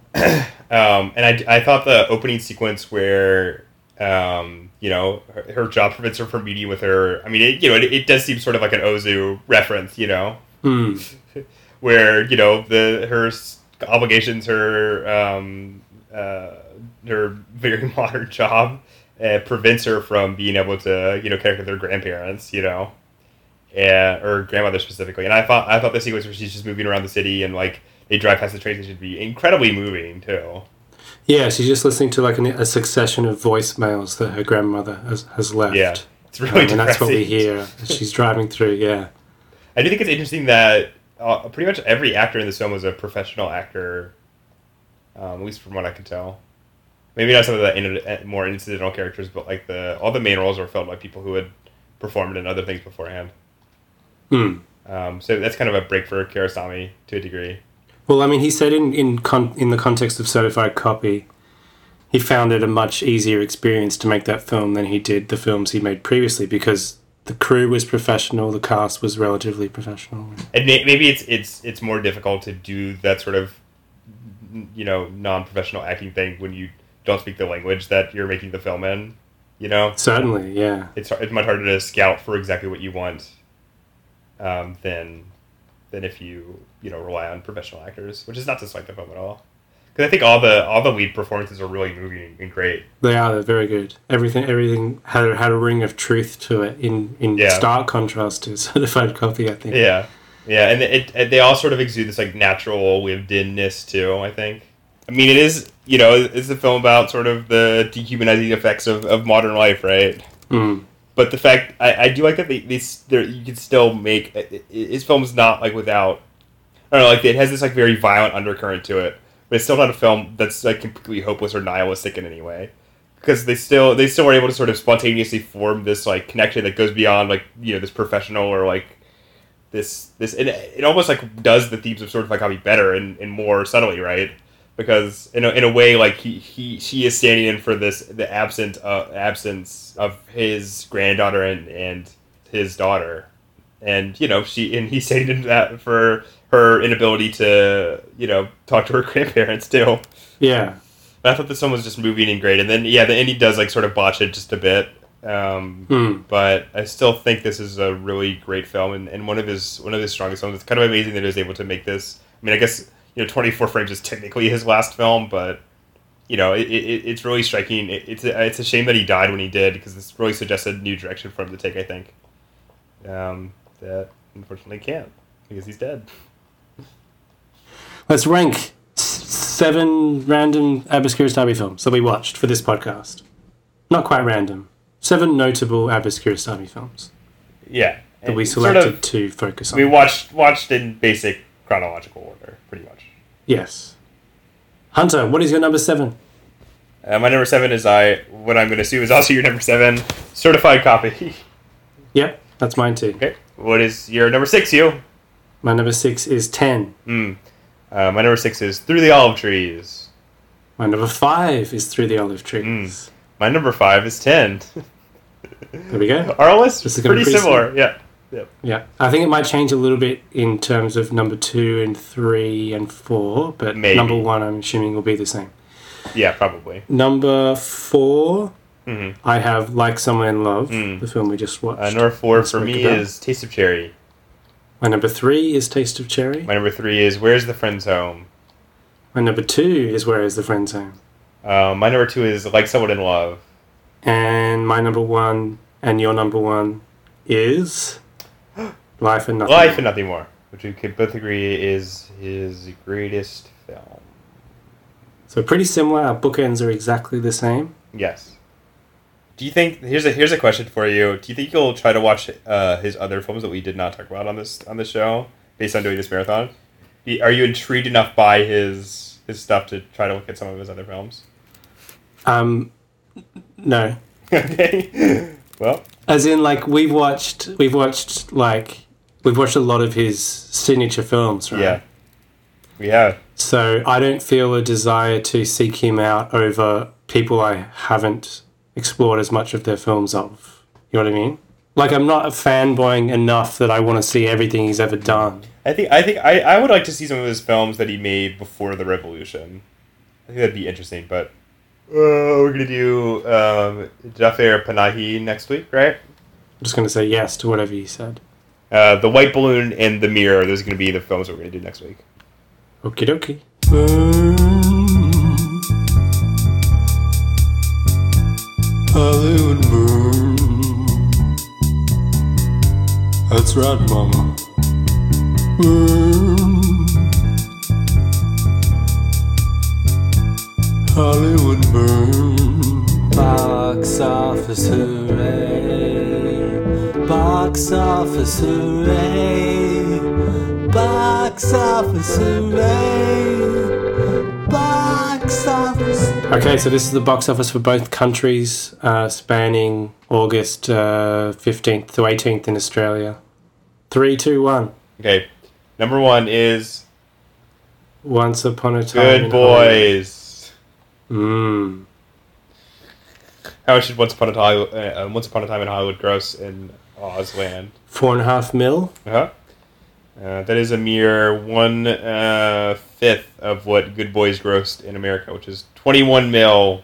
Speaker 2: Um, and I, I thought the opening sequence where, um, you know, her, her job prevents her from meeting with her. I mean, it, you know, it, it does seem sort of like an Ozu reference, you know,
Speaker 1: Mm.
Speaker 2: where you know the her s- obligations, her um, uh, her very modern job, uh, prevents her from being able to you know connect with her grandparents, you know, and, or grandmother specifically. And I thought I thought the sequence where she's just moving around the city and like they drive past the train station would be incredibly moving too.
Speaker 1: Yeah, she's just listening to, like, an, a succession of voicemails that her grandmother has, has left.
Speaker 2: Yeah, it's
Speaker 1: Um,
Speaker 2: really
Speaker 1: and that's what we
Speaker 2: depressing.
Speaker 1: hear. as She's driving through, yeah.
Speaker 2: I do think it's interesting that uh, pretty much every actor in this film was a professional actor, um, at least from what I can tell. Maybe not some of the in- uh, more incidental characters, but like the all the main roles were filled by people who had performed in other things beforehand.
Speaker 1: Mm.
Speaker 2: Um, so that's kind of a break for Kurosami to a degree.
Speaker 1: Well, I mean, he said in in con- in the context of certified copy, he found it a much easier experience to make that film than he did the films he made previously because the crew was professional, the cast was relatively professional.
Speaker 2: and may- maybe it's it's it's more difficult to do that sort of you know non-professional acting thing when you don't speak the language that you're making the film in you know
Speaker 1: Certainly, yeah,
Speaker 2: it's it's much harder to scout for exactly what you want um, than than if you you know rely on professional actors which is not dislike the film at all because i think all the all the lead performances are really moving and great
Speaker 1: they are. They're very good. Everything everything had had a ring of truth to it in in
Speaker 2: Yeah.
Speaker 1: stark contrast to certified copy. I think.
Speaker 2: yeah yeah and it, it they all sort of exude this like natural lived inness too i think i mean it is you know it's a film about sort of the dehumanizing effects of, of modern life right
Speaker 1: Mm.
Speaker 2: but the fact I, I do like that they, they s- there you can still make i- i- his film's not like without I don't know, like it has this like very violent undercurrent to it, but it's still not a film that's like completely hopeless or nihilistic in any way, because they still they still are able to sort of spontaneously form this like connection that goes beyond like you know this professional or like this this and it almost like does the themes of sort of like how be better and, and more subtly right because in a, in a way like he, he she is standing in for this the absent uh, absence of his granddaughter and and his daughter and you know she and he's standing in that for her inability to you know talk to her grandparents too
Speaker 1: Yeah.
Speaker 2: I thought this one was just moving and great, and then yeah, the indie does like sort of botch it just a bit. Um,
Speaker 1: Hmm.
Speaker 2: But I still think this is a really great film, and, and one of his one of his strongest films. It's kind of amazing that he was able to make this. I mean, I guess you know, twenty four frames is technically his last film, but you know, it, it, it's really striking. It, it's a, it's a shame that he died when he did because this really suggests a new direction for him to take. I think um, that unfortunately can't because he's dead.
Speaker 1: Let's rank s- seven random Abascurus Derby films that we watched for this podcast. Not quite random. Seven notable Abascurus Derby films
Speaker 2: Yeah,
Speaker 1: that we selected to focus on.
Speaker 2: we watched watched in basic chronological order, pretty much.
Speaker 1: yes. Hunter, what is your number seven?
Speaker 2: Uh, my number seven is I. What I'm going to assume is also your number seven, certified copy.
Speaker 1: Yep, that's mine too.
Speaker 2: okay. What is your number six? You.
Speaker 1: My number six is 10.
Speaker 2: Uh, my number six is through the olive trees.
Speaker 1: My number five is Through the Olive Trees.
Speaker 2: My number five is ten. Hmm.
Speaker 1: There we go.
Speaker 2: Our list
Speaker 1: This
Speaker 2: is
Speaker 1: is gonna
Speaker 2: pretty
Speaker 1: be pretty
Speaker 2: similar. Yeah. Yep.
Speaker 1: Yeah. I think it might change a little bit in terms of number two and three and four, but
Speaker 2: Maybe.
Speaker 1: number one, I'm assuming, will be the same.
Speaker 2: Yeah. Probably.
Speaker 1: Number 4 I have Like Someone in Love,
Speaker 2: Mm-hmm. Mm.
Speaker 1: the film we just watched.
Speaker 2: Uh, number four
Speaker 1: Let's
Speaker 2: for
Speaker 1: break it
Speaker 2: me
Speaker 1: down.
Speaker 2: is taste of cherry.
Speaker 1: My number three is Taste of Cherry.
Speaker 2: My number three is where's the friend's home.
Speaker 1: My number two is Where is the Friend's Home?
Speaker 2: Uh, my number two is like someone in love.
Speaker 1: And my number one and your number one is Life and Nothing.
Speaker 2: Life and nothing more, which we could both agree is his greatest film.
Speaker 1: So pretty similar. Our bookends are exactly the same.
Speaker 2: Yes. Do you think here's a here's a question for you? Do you think you'll try to watch uh, his other films that we did not talk about on this on the show based on doing this marathon? Be- Are you intrigued enough by his his stuff to try to look at some of his other films?
Speaker 1: Um, no.
Speaker 2: okay. Well,
Speaker 1: As in, like we've watched, we've watched like we've watched a lot of his signature films, right?
Speaker 2: yeah, we have.
Speaker 1: So I don't feel a desire to seek him out over people I haven't explored as much of their films of. You know what I mean? Like I'm not fanboying enough that I want to see everything he's ever done.
Speaker 2: I think I think I, I would like to see some of his films that he made before the revolution. I think that'd be interesting. But uh, we're gonna do um, Jafar Panahi next week, right?
Speaker 1: I'm just gonna say yes to whatever he said.
Speaker 2: Uh, the White Balloon and The Mirror. Those are going to be the films that we're going to do next week.
Speaker 1: Okie dokie.
Speaker 3: burn. Hollywood burn. That's right, Mama. Burn. Hollywood burn. Box office hooray. Box office hooray. Box office hooray! Box office.
Speaker 1: Okay, so this is the box office for both countries, uh, spanning August uh, fifteenth to eighteenth in Australia. Three, two, one.
Speaker 2: Okay. Number one is
Speaker 1: Once upon a time.
Speaker 2: Good
Speaker 1: in Hollywood.
Speaker 2: Boys.
Speaker 1: Mm.
Speaker 2: How should Once Upon a Time, uh, Once Upon a Time in Hollywood gross in Oz land?
Speaker 1: Four and a half mil.
Speaker 2: Uh-huh. Uh, that is a mere one uh, fifth of what Good Boys grossed in America, which is 21 mil.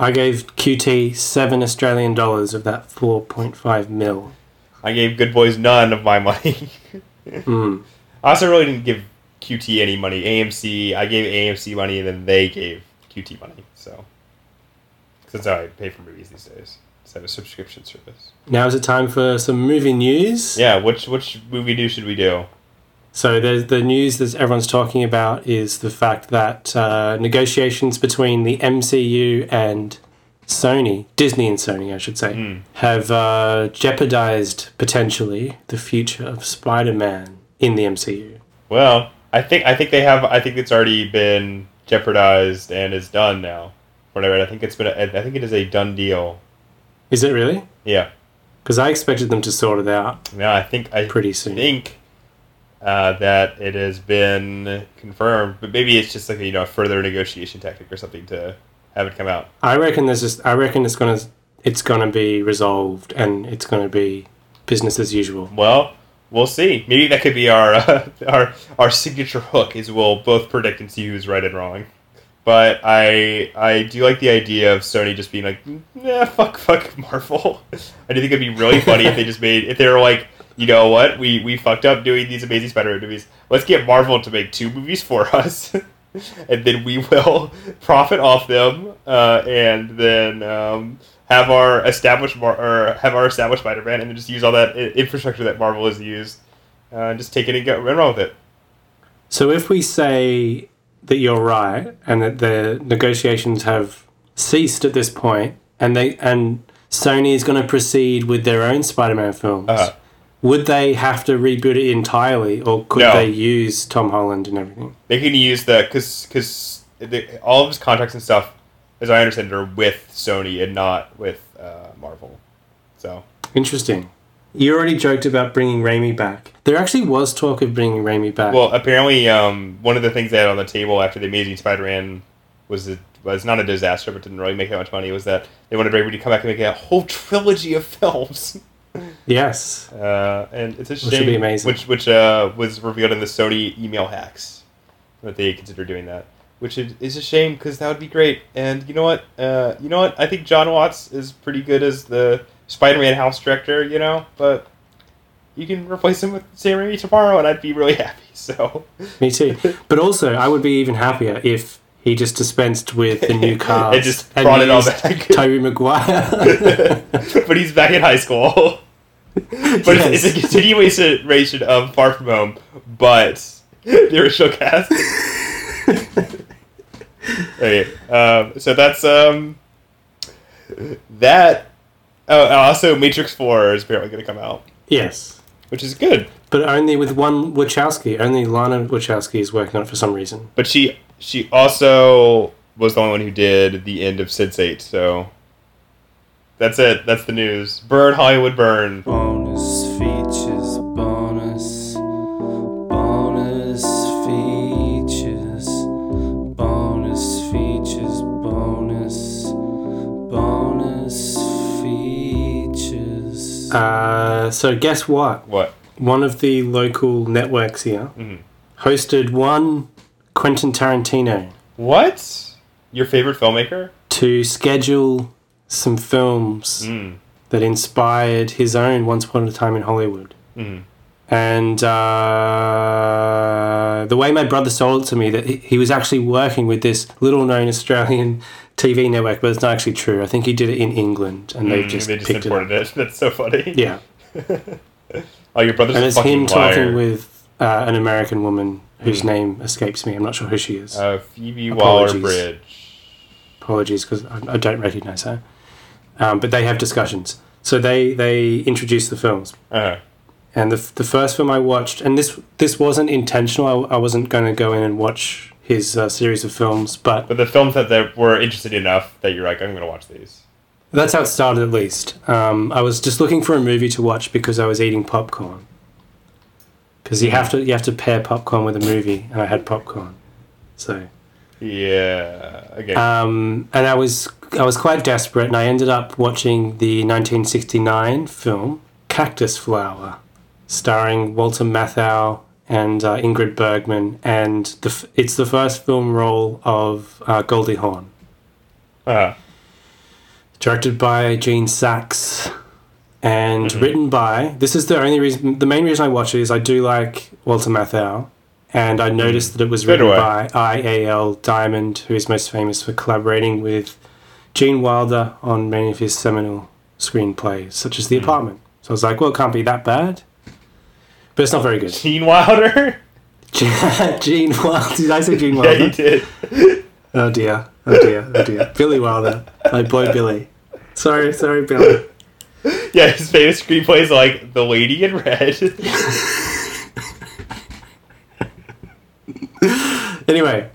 Speaker 1: I gave QT seven Australian dollars of that four point five mil.
Speaker 2: I gave Good Boys none of my money.
Speaker 1: Mm.
Speaker 2: I also really didn't give QT any money. AMC, I gave AMC money, and then they gave QT money. So, 'Cause that's how I pay for movies these days. It's have a subscription service.
Speaker 1: Now is it time for some movie news?
Speaker 2: Yeah, which which movie do should we do?
Speaker 1: So there's the news that everyone's talking about is the fact that uh, negotiations between the MCU and Sony, Disney and Sony, I should say, have uh, jeopardized potentially the future of Spider-Man in the MCU.
Speaker 2: Well, I I think I think they have. I think it's already been jeopardized and is done now. From What I read, I think it's been. a- I think it is a done deal.
Speaker 1: Is it really?
Speaker 2: Yeah.
Speaker 1: Because I expected them to sort it out
Speaker 2: Now I think I
Speaker 1: pretty soon.
Speaker 2: think uh, that it has been confirmed, but maybe it's just like you know a further negotiation tactic or something to have it come out.
Speaker 1: I reckon there's just. I reckon it's gonna. It's gonna be resolved, and it's gonna be business as usual.
Speaker 2: Well, we'll see. Maybe that could be our uh, our our signature hook is we'll both predict and see who's right and wrong. But I I do like the idea of Sony just being like, nah, fuck, fuck Marvel. I do think it'd be really funny if they just made if they were like, you know what, we we fucked up doing these amazing Spider-Man movies. Let's get Marvel to make two movies for us. And then we will profit off them, uh, and then um, have our established Mar- or have our established Spider-Man, and then just use all that i- infrastructure that Marvel has used, uh, and just take it and go run wrong with it.
Speaker 1: So if we say that you're right and that the negotiations have ceased at this point, and they and Sony is going to proceed with their own Spider-Man films,
Speaker 2: Uh-huh.
Speaker 1: would they have to reboot it entirely, or could
Speaker 2: No.
Speaker 1: they use Tom Holland and everything?
Speaker 2: They can use the because because all of his contracts and stuff, as I understand, it, are with Sony and not with uh, Marvel. So
Speaker 1: Interesting. You already joked about bringing Raimi back. There actually was talk of bringing Raimi back.
Speaker 2: well, apparently, um, one of the things they had on the table after the Amazing Spider-Man was it was not a disaster, but didn't really make that much money. Was that they wanted Raimi to come back and make a whole trilogy of films.
Speaker 1: yes.
Speaker 2: Uh, and it's a shame,
Speaker 1: would be amazing.
Speaker 2: which which uh, was revealed in the Sony email hacks that they consider doing that, which is, is a shame because that would be great. And you know what? Uh, you know what? I think John Watts is pretty good as the Spider-Man house director. You know, but you can replace him with Sam Raimi tomorrow, and I'd be really happy. So
Speaker 1: Me too. But also, I would be even happier if he just dispensed with the new cast
Speaker 2: It just brought it all
Speaker 1: used
Speaker 2: back.
Speaker 1: Tobey Maguire.
Speaker 2: but he's back in high school. But it's, it's a continuation of Far From Home, but the original cast. okay, um, so that's um, that. Oh, and also Matrix Four is apparently going to come out,
Speaker 1: yes,
Speaker 2: which is good.
Speaker 1: but only with one Wachowski. Only Lana Wachowski is working on it for some reason.
Speaker 2: But she she also was the only one who did the end of Sense Eight. So that's it. That's the news. Burn Hollywood, burn.
Speaker 3: Bonus features, bonus, bonus features, bonus features, bonus, bonus features.
Speaker 1: Uh, so guess what?
Speaker 2: What?
Speaker 1: One of the local networks here
Speaker 2: Mhm.
Speaker 1: hosted one Quentin Tarantino
Speaker 2: What? Your favorite filmmaker?
Speaker 1: to schedule some films
Speaker 2: Mm.
Speaker 1: that inspired his own Once Upon a Time in Hollywood.
Speaker 2: Mm.
Speaker 1: And uh, the way my brother sold it to me, that he- he was actually working with this little known Australian TV network, but it's not actually true. I think he did it in England and they
Speaker 2: Mm,
Speaker 1: just
Speaker 2: they just
Speaker 1: picked it up.
Speaker 2: imported it. That's so funny.
Speaker 1: Yeah.
Speaker 2: Oh, your brother's
Speaker 1: And
Speaker 2: a
Speaker 1: it's
Speaker 2: fucking
Speaker 1: him
Speaker 2: liar.
Speaker 1: talking with uh, an American woman whose
Speaker 2: Mm.
Speaker 1: name escapes me. I'm not sure who she is.
Speaker 2: uh, Phoebe
Speaker 1: Apologies.
Speaker 2: Waller Bridge.
Speaker 1: Apologies because I, I don't recognize her. Um, but they have discussions. So they, they introduce the films.
Speaker 2: Uh,
Speaker 1: And the, the first film I watched, and this this wasn't intentional. I, I wasn't going to go in and watch his uh, series of films, but
Speaker 2: but the films that they were interested enough that you're like, I'm gonna watch these.
Speaker 1: that's how it started. At least um, I was just looking for a movie to watch because I was eating popcorn. Because you have to you have to pair popcorn with a movie, and I had popcorn, so
Speaker 2: Yeah. Okay.
Speaker 1: um, and I was I was quite desperate, and I ended up watching the 1969 film Cactus Flower, starring Walter Matthau and uh, Ingrid Bergman, and the f- it's the first film role of uh, Goldie Hawn,
Speaker 2: uh,
Speaker 1: directed by Gene Sachs. And
Speaker 2: Mm-hmm.
Speaker 1: written by this is the only reason. The main reason I watch it is I do like Walter Matthau, and I noticed that it was
Speaker 2: So do
Speaker 1: written
Speaker 2: I.
Speaker 1: by I. A. L. Diamond, who is most famous for collaborating with Gene Wilder on many of his seminal screenplays, such
Speaker 2: Mm.
Speaker 1: as The Apartment. So I was like, well, it can't be that bad. But it's not very good.
Speaker 2: Gene Wilder.
Speaker 1: Gene Wilder. Did I say Gene
Speaker 2: yeah,
Speaker 1: Wilder?
Speaker 2: you did.
Speaker 1: oh dear. Oh dear. Oh dear. Billy Wilder. My boy Billy. Sorry, sorry, Billy.
Speaker 2: Yeah, his famous screenplay is like The Lady in Red.
Speaker 1: Anyway,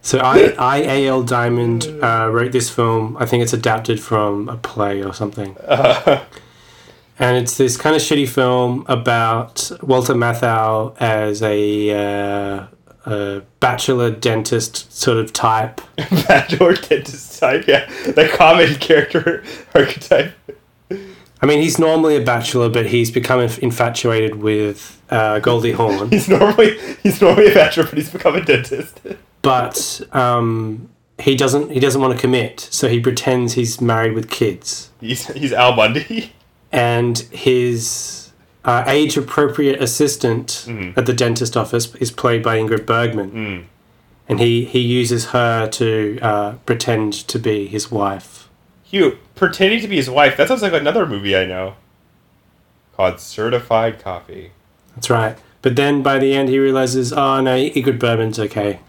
Speaker 1: so I, I A. L. Diamond uh, wrote this film. I think it's adapted from a play or something. And it's this kind of shitty film about Walter Matthau as a, uh, a bachelor dentist sort of type.
Speaker 2: Bachelor dentist type, yeah. The common character archetype.
Speaker 1: I mean, he's normally a bachelor, but he's become inf- infatuated with uh, Goldie Hawn.
Speaker 2: He's normally he's normally a bachelor, but he's become a dentist.
Speaker 1: but um, he doesn't he doesn't want to commit, so he pretends he's married with kids.
Speaker 2: He's he's Al Bundy.
Speaker 1: And his uh, age appropriate assistant at the dentist office is played by Ingrid Bergman, and he he uses her to uh, pretend to be his wife.
Speaker 2: Hugh pretending to be his wife. That sounds like another movie I know. Called Certified Copy.
Speaker 1: That's right. But then by the end, he realizes, oh no, Ingrid Bergman's okay.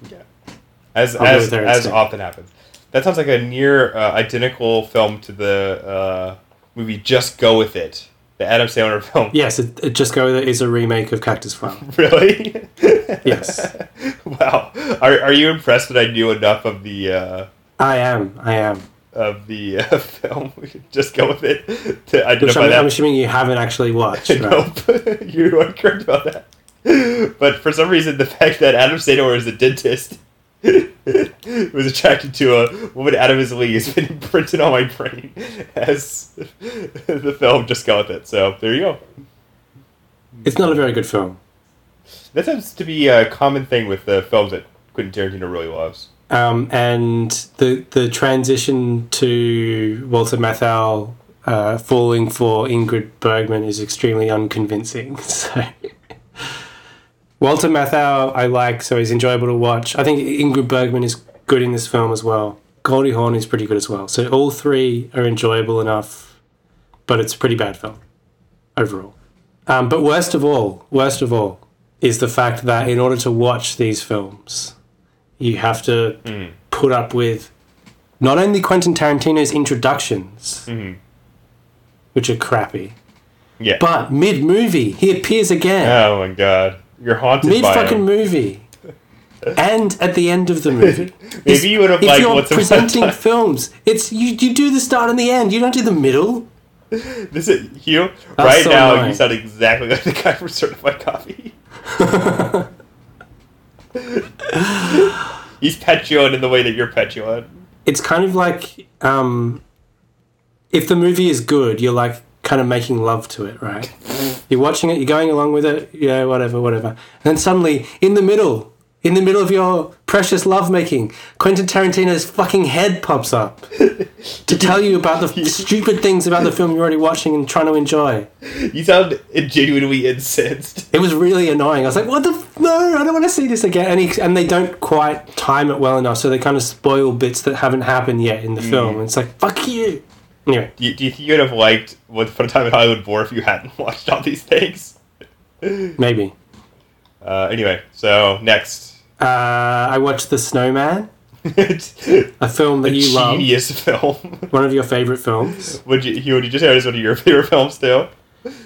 Speaker 2: as
Speaker 1: I'll go
Speaker 2: as,
Speaker 1: with her
Speaker 2: as
Speaker 1: instead.
Speaker 2: often happens. That sounds like a near uh, identical film to the uh, movie Just Go with It, the Adam Sandler film.
Speaker 1: Yes, it, it just go that is a remake of Cactus Farm.
Speaker 2: Really?
Speaker 1: Yes,
Speaker 2: wow. Are, are you impressed that I knew enough of the uh,
Speaker 1: I am. I am.
Speaker 2: of the uh, film Just Go with It to
Speaker 1: Which
Speaker 2: identify
Speaker 1: I'm,
Speaker 2: that?
Speaker 1: I'm assuming you haven't actually watched. Right?
Speaker 2: Nope. you are correct about that. But for some reason, the fact that Adam Sandler is a dentist was attracted to a woman out of his league has been imprinted on my brain as the film just go with it. So there you go.
Speaker 1: It's not a very good film.
Speaker 2: That seems to be a common thing with the films that Quentin Tarantino really loves.
Speaker 1: um, and the the transition to Walter Matthau uh, falling for Ingrid Bergman is extremely unconvincing. So Walter Matthau, I like, so he's enjoyable to watch. I think Ingrid Bergman is good in this film as well. Goldie Hawn is pretty good as well. So all three are enjoyable enough, but it's a pretty bad film overall. Um, but worst of all, worst of all, is the fact that in order to watch these films, you have to put up with not only Quentin Tarantino's introductions,
Speaker 2: Mm-hmm.
Speaker 1: which are crappy,
Speaker 2: Yeah.
Speaker 1: but mid movie he appears again.
Speaker 2: oh my god. You're haunted
Speaker 1: mid
Speaker 2: by
Speaker 1: fucking
Speaker 2: him.
Speaker 1: movie. And at the end of the movie, It's-
Speaker 2: you would've
Speaker 1: if
Speaker 2: liked
Speaker 1: you're
Speaker 2: Once Upon a
Speaker 1: presenting
Speaker 2: Time.
Speaker 1: films, it's you. You do the start and the end. You don't do the middle.
Speaker 2: This is Hugh. Right
Speaker 1: so
Speaker 2: now,
Speaker 1: annoying.
Speaker 2: you sound exactly like the guy from Certified Coffee. He's petulant in the way that you're petulant.
Speaker 1: It's kind of like um, if the movie is good, you're like kind of making love to it, right? You're watching it, you're going along with it, yeah, whatever, whatever. And then suddenly, in the middle, in the middle of your precious lovemaking, Quentin Tarantino's fucking head pops up to tell you about the stupid things about the film you're already watching and trying to enjoy.
Speaker 2: You sound genuinely incensed.
Speaker 1: It was really annoying. I was like, what the f- no, I don't want to see this again. And, he, and they don't quite time it well enough, so they kind of spoil bits that haven't happened yet
Speaker 2: Mm.
Speaker 1: in the film. And it's like, fuck you. Anyway,
Speaker 2: Do you, do you think you'd have liked Once Upon a Time in Hollywood more if you hadn't watched all these things?
Speaker 1: maybe.
Speaker 2: Uh, anyway, so next.
Speaker 1: Uh, I watched The Snowman,
Speaker 2: a
Speaker 1: a film that you love,
Speaker 2: genius film.
Speaker 1: one of your favorite films.
Speaker 2: would you, Hugh, would you just say it's one of your favorite films still?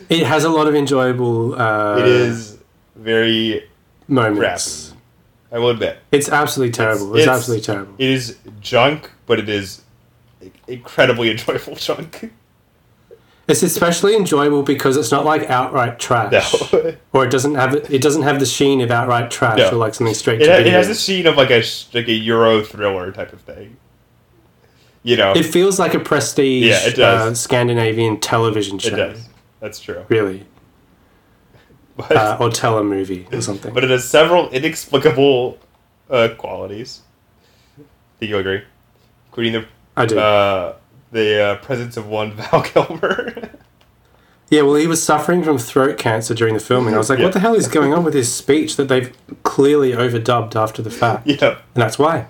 Speaker 1: It has a lot of enjoyable uh,
Speaker 2: It is very
Speaker 1: moments.
Speaker 2: I will admit.
Speaker 1: It's absolutely terrible. It's,
Speaker 2: it's-
Speaker 1: absolutely terrible.
Speaker 2: It is junk, but it is incredibly enjoyable junk.
Speaker 1: It's especially enjoyable because it's not like outright trash,
Speaker 2: No.
Speaker 1: or it doesn't have it doesn't have the sheen of outright trash,
Speaker 2: No.
Speaker 1: or like something straight
Speaker 2: It,
Speaker 1: to
Speaker 2: ha-
Speaker 1: video.
Speaker 2: it has the sheen of like a sh- like a Euro thriller type of thing. You know,
Speaker 1: It feels like a prestige
Speaker 2: Yeah, it does.
Speaker 1: Uh, Scandinavian television show.
Speaker 2: it does. That's true.
Speaker 1: Really.
Speaker 2: But,
Speaker 1: Uh, or telemovie or something.
Speaker 2: but it has several inexplicable uh, qualities. Think you'll agree, including
Speaker 1: I do.
Speaker 2: the uh, the uh, presence of one Val Kilmer.
Speaker 1: yeah, well, he was suffering from throat cancer during the filming. I was like,
Speaker 2: Yeah.
Speaker 1: what the hell is going on with his speech that they've clearly overdubbed after the fact?
Speaker 2: yeah.
Speaker 1: And that's why.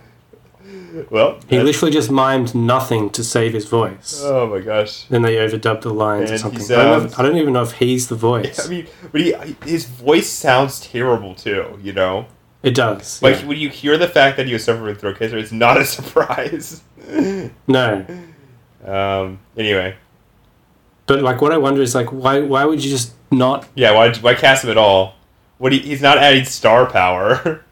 Speaker 2: Well,
Speaker 1: He
Speaker 2: that-
Speaker 1: literally just mimed nothing to save his voice.
Speaker 2: oh my gosh.
Speaker 1: then they overdubbed the lines or
Speaker 2: And um, he
Speaker 1: something. I, don't know
Speaker 2: sounds-
Speaker 1: if- I don't even know if he's the voice.
Speaker 2: I mean, but he, his voice sounds terrible too. You know.
Speaker 1: it does.
Speaker 2: Like
Speaker 1: yeah.
Speaker 2: when you hear the fact that he was suffering from throat cancer, it's not a surprise.
Speaker 1: No.
Speaker 2: um. Anyway,
Speaker 1: But like what I wonder is like why why would you just not
Speaker 2: yeah. Why why cast him at all? What he, he's not adding star power.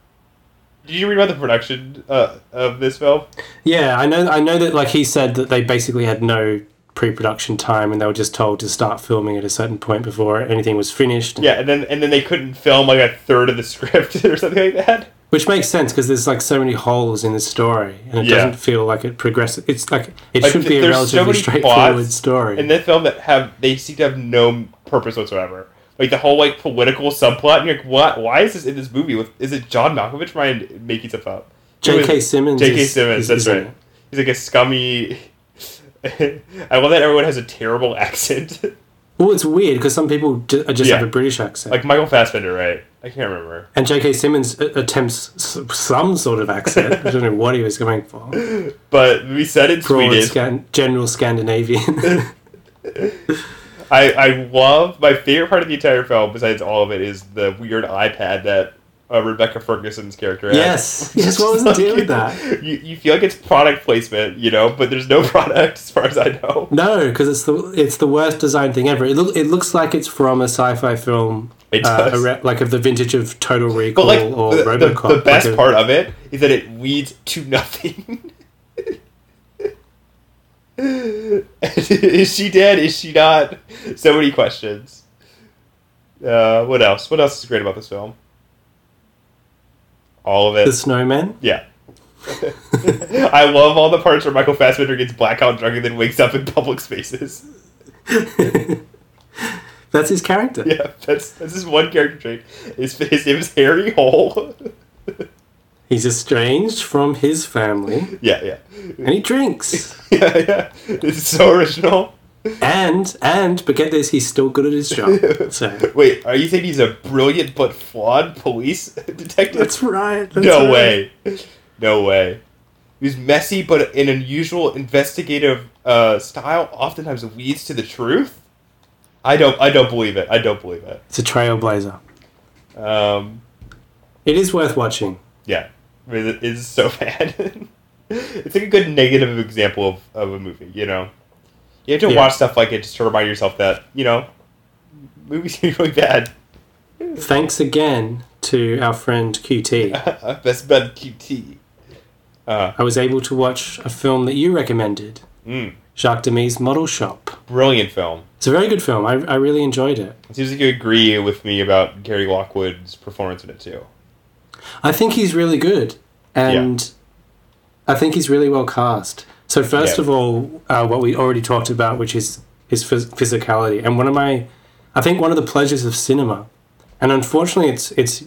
Speaker 2: Did you read about the production uh, of this film?
Speaker 1: Yeah, I know. I know that like he said that they basically had no pre-production time and they were just told to start filming at a certain point before anything was finished.
Speaker 2: Yeah, and then and then they couldn't film like a third of the script or something like that.
Speaker 1: Which makes sense because there's like so many holes in the story, and it
Speaker 2: Yeah.
Speaker 1: doesn't feel like it progresses. It's like it
Speaker 2: Like,
Speaker 1: should
Speaker 2: th-
Speaker 1: be a
Speaker 2: there's so
Speaker 1: relatively
Speaker 2: many
Speaker 1: straightforward
Speaker 2: plots
Speaker 1: story.
Speaker 2: In that film, that have they seem to have no purpose whatsoever. Like the whole like political subplot, and you're like, what? Why is this in this movie? With is it John Malkovich trying to make stuff up? Who
Speaker 1: J.K.
Speaker 2: is-
Speaker 1: Simmons.
Speaker 2: J.K.
Speaker 1: is-
Speaker 2: Simmons,
Speaker 1: is-
Speaker 2: that's
Speaker 1: is in
Speaker 2: right.
Speaker 1: it.
Speaker 2: He's like a scummy. I love that everyone has a terrible accent,
Speaker 1: Well, it's weird because some people ju- uh, just
Speaker 2: Yeah.
Speaker 1: have a British accent,
Speaker 2: like Michael Fassbender, right? I can't remember.
Speaker 1: and J.K. Simmons a- attempts s- some sort of accent. I don't know what he was going for.
Speaker 2: But we said in
Speaker 1: Broad,
Speaker 2: Sweden.
Speaker 1: Scan- general Scandinavian.
Speaker 2: I, I love my favorite part of the entire film, besides all of it, is the weird iPad that uh, Rebecca Ferguson's character has.
Speaker 1: Yes. Yes, what was the deal with that?
Speaker 2: You, you feel like it's product placement, you know, but there's no product as far as I know.
Speaker 1: No, because it's the it's the worst design thing ever. It, look, it looks like it's from a sci-fi film,
Speaker 2: It
Speaker 1: uh,
Speaker 2: does.
Speaker 1: arou- like of the vintage of Total
Speaker 2: But
Speaker 1: Recall
Speaker 2: like
Speaker 1: or
Speaker 2: the, the-
Speaker 1: RoboCop.
Speaker 2: the best
Speaker 1: like a-
Speaker 2: part of it is that it leads to nothing. is she dead? Is she not? So many questions. Uh, what else? What else is great about this film? All of it.
Speaker 1: the snowman.
Speaker 2: Yeah. I love all the parts where Michael Fassbender gets blackout drunk and then wakes up in public spaces.
Speaker 1: That's his character.
Speaker 2: Yeah, that's that's his one character trait. His, his name is Harry Hole.
Speaker 1: He's estranged from his family,
Speaker 2: yeah, yeah,
Speaker 1: and he drinks.
Speaker 2: yeah, yeah. This is so original.
Speaker 1: and and but get this, he's still good at his job. So
Speaker 2: Wait, are you saying he's a brilliant but flawed police detective?
Speaker 1: that's right. That's
Speaker 2: no
Speaker 1: right.
Speaker 2: way, no way. He's messy, but an unusual investigative uh, style oftentimes leads to the truth. I don't, I don't believe it. I don't believe it.
Speaker 1: It's a trailblazer.
Speaker 2: Um,
Speaker 1: It is worth watching.
Speaker 2: Yeah, I mean, it is so bad. it's like a good negative example of, of a movie. You know, you have to
Speaker 1: Yeah.
Speaker 2: watch stuff like it just to remind yourself that you know, movies can be really bad.
Speaker 1: Thanks again to our friend QT.
Speaker 2: Best Uh, bad QT. Uh,
Speaker 1: I was able to watch a film that you recommended,
Speaker 2: mm,
Speaker 1: Jacques Demy's Model Shop.
Speaker 2: brilliant film.
Speaker 1: It's a very good film. I, I really enjoyed it.
Speaker 2: It seems like you agree with me about Gary Lockwood's performance in it too.
Speaker 1: I think he's really good, and I think he's really well cast. So first
Speaker 2: Yeah.
Speaker 1: of all, uh, what we already talked about, which is his phys- physicality, and one of my, I think one of the pleasures of cinema, and unfortunately, it's it's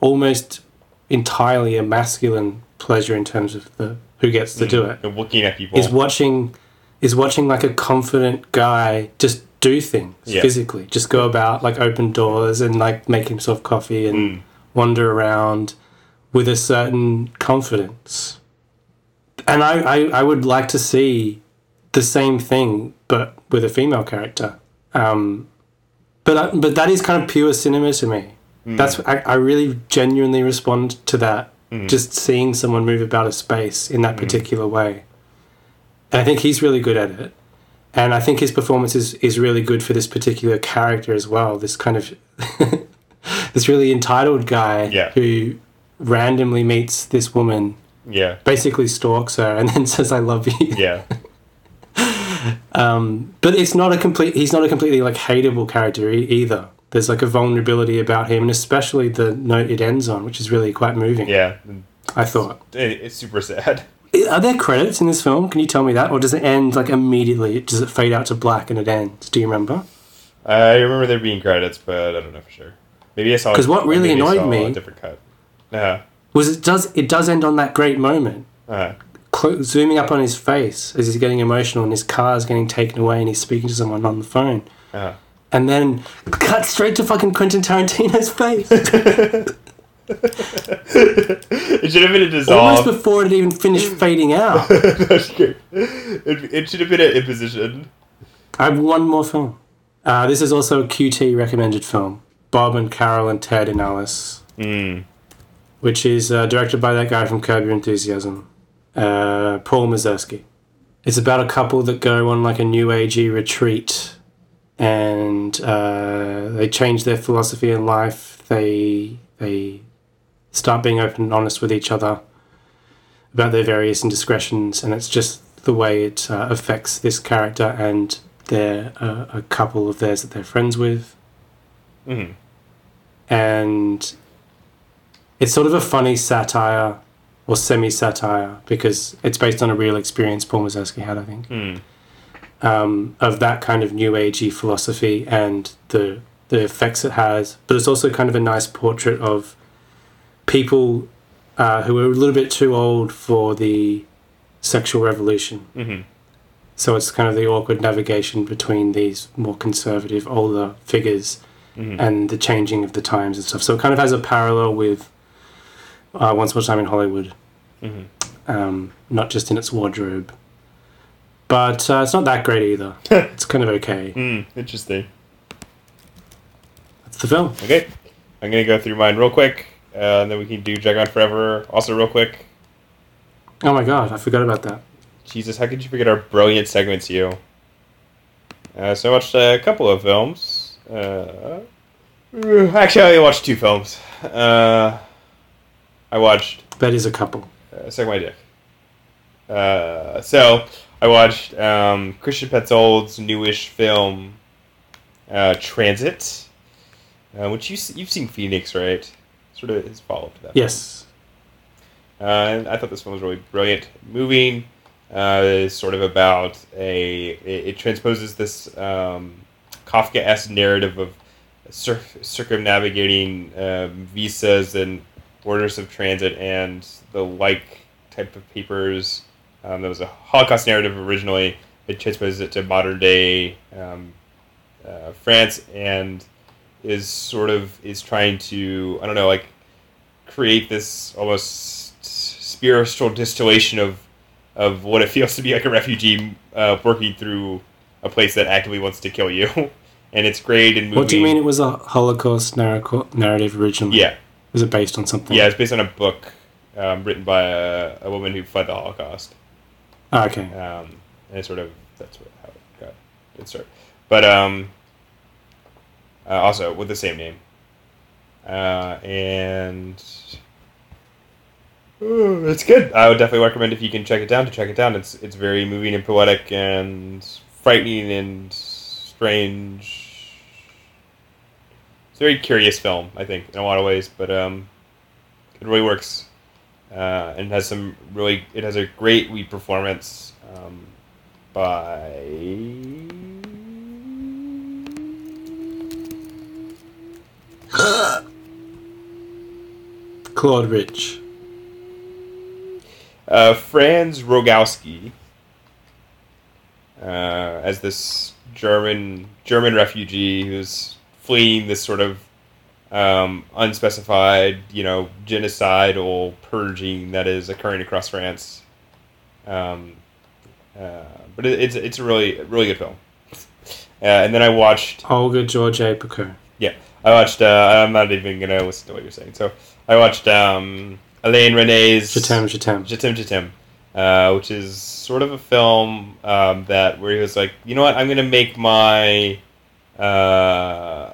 Speaker 1: almost entirely a masculine pleasure in terms of the who gets to do it
Speaker 2: And looking at people.
Speaker 1: is watching is watching like a confident guy just do things
Speaker 2: Yeah.
Speaker 1: physically just go about like open doors and like make himself coffee and
Speaker 2: Mm.
Speaker 1: wander around with a certain confidence and I, I i would like to see the same thing but with a female character um but I, but that is kind of pure cinema to me that's I, I really genuinely respond to that just seeing someone move about a space in that particular way and I think he's really good at it. And I think his performance is, is really good for this particular character as well. This kind of this really entitled guy
Speaker 2: Yeah.
Speaker 1: who randomly meets this woman,
Speaker 2: yeah,
Speaker 1: basically stalks her, and then says, "I love you."
Speaker 2: yeah,
Speaker 1: Um, But it's not a complete. He's not a completely like hateable character e- either. There's like a vulnerability about him, and especially the note it ends on, which is really quite moving.
Speaker 2: yeah.
Speaker 1: I thought.
Speaker 2: It- it's super sad.
Speaker 1: Are there credits in this film? Can you tell me that, or does it end like immediately? Does it fade out to black and it ends? Do you remember?
Speaker 2: I remember there being credits, but I don't know for sure. Maybe I saw
Speaker 1: 'Cause what really
Speaker 2: maybe I
Speaker 1: annoyed
Speaker 2: saw
Speaker 1: me-
Speaker 2: a different cut. Uh,
Speaker 1: was it does it does end on that great moment
Speaker 2: uh,
Speaker 1: clo- zooming up on his face as he's getting emotional and his car is getting taken away and he's speaking to someone on the phone
Speaker 2: uh.
Speaker 1: and then cut straight to fucking Quentin Tarantino's face
Speaker 2: it should have been a
Speaker 1: almost
Speaker 2: dissolve.
Speaker 1: before it even finished fading out
Speaker 2: That's good. it, it should have been an imposition.
Speaker 1: I have one more film uh, this is also a QT recommended film Bob and Carol and Ted and Alice
Speaker 2: Mm.
Speaker 1: which is uh, directed by that guy from Curb Your Enthusiasm, uh, Paul Mazursky. It's about a couple that go on like a new agey retreat, and uh, they change their philosophy in life. They they start being open and honest with each other about their various indiscretions, and it's just the way it uh, affects this character and their uh, a couple of theirs that they're friends with,
Speaker 2: Mhm.
Speaker 1: and it's sort of a funny satire or semi satire because it's based on a real experience Paul Mazursky had, I think
Speaker 2: Mm-hmm.
Speaker 1: um, of that kind of new agey philosophy and the the effects it has. But it's also kind of a nice portrait of people uh, who are a little bit too old for the sexual revolution.
Speaker 2: Mhm.
Speaker 1: So it's kind of the awkward navigation between these more conservative older figures
Speaker 2: Mm-hmm.
Speaker 1: and the changing of the times and stuff. So it kind of has a parallel with uh, Once Upon a Time in Hollywood,
Speaker 2: Mm-hmm.
Speaker 1: um, not just in its wardrobe. But uh, it's not that great either. it's kind of okay.
Speaker 2: Hmm, interesting.
Speaker 1: That's the film.
Speaker 2: Okay, I'm gonna go through mine real quick, uh, and then we can do Dragon Forever. Also, real quick,
Speaker 1: Oh my god, I forgot about that.
Speaker 2: Jesus, how could you forget our brilliant segments, you? Uh, so I watched a couple of films. Uh, actually, I only watched two films. Uh, I watched
Speaker 1: That is a couple.
Speaker 2: uh, Suck My Dick. Uh, so I watched um, Christian Petzold's newish film, uh, Transit, uh, which you, s- you've seen Phoenix, right? Sort of his follow-up to that.
Speaker 1: Yes.
Speaker 2: Uh, and I thought this one was really brilliant. Moving uh, is sort of about a. It, it transposes this um, Kafka esque narrative of cir- circumnavigating um, visas and orders of transit and the like type of papers. Um, there was a Holocaust narrative originally. It transposes it to modern day um, uh, France and is sort of is trying to I don't know like create this almost spiritual distillation of of what it feels to be like a refugee uh, working through a place that actively wants to kill you, and it's great and moving.
Speaker 1: What do you mean it was a Holocaust narraco- narrative originally?
Speaker 2: Yeah,
Speaker 1: Was it based on something?
Speaker 2: yeah. It's based on a book um, written by a, a woman who fled the Holocaust.
Speaker 1: Ah, okay.
Speaker 2: um, and it sort of that's what, how it got its start. But um, uh, also with the same name, uh, and Ooh, it's good. I would definitely recommend if you can check it down to check it down. It's it's very moving and poetic and frightening and strange. It's a very curious film, I think, in a lot of ways, but um, it really works uh, and has some really it has a great lead performance um, by
Speaker 1: Claude Rich.
Speaker 2: uh, Franz Rogowski uh, as this German German refugee who's fleeing this sort of um, unspecified, you know, genocidal purging that is occurring across France. Um, uh, but it, it's it's a really really good film. Uh, and then I watched
Speaker 1: Olga George A. Picot.
Speaker 2: Yeah, I watched. Uh, I'm not even gonna listen to what you're saying. So I watched um, Elaine Renee's
Speaker 1: Jatam Jatam.
Speaker 2: Jatim Jatim, uh, which is sort of a film um, that where he was like, you know what, I'm gonna make my uh,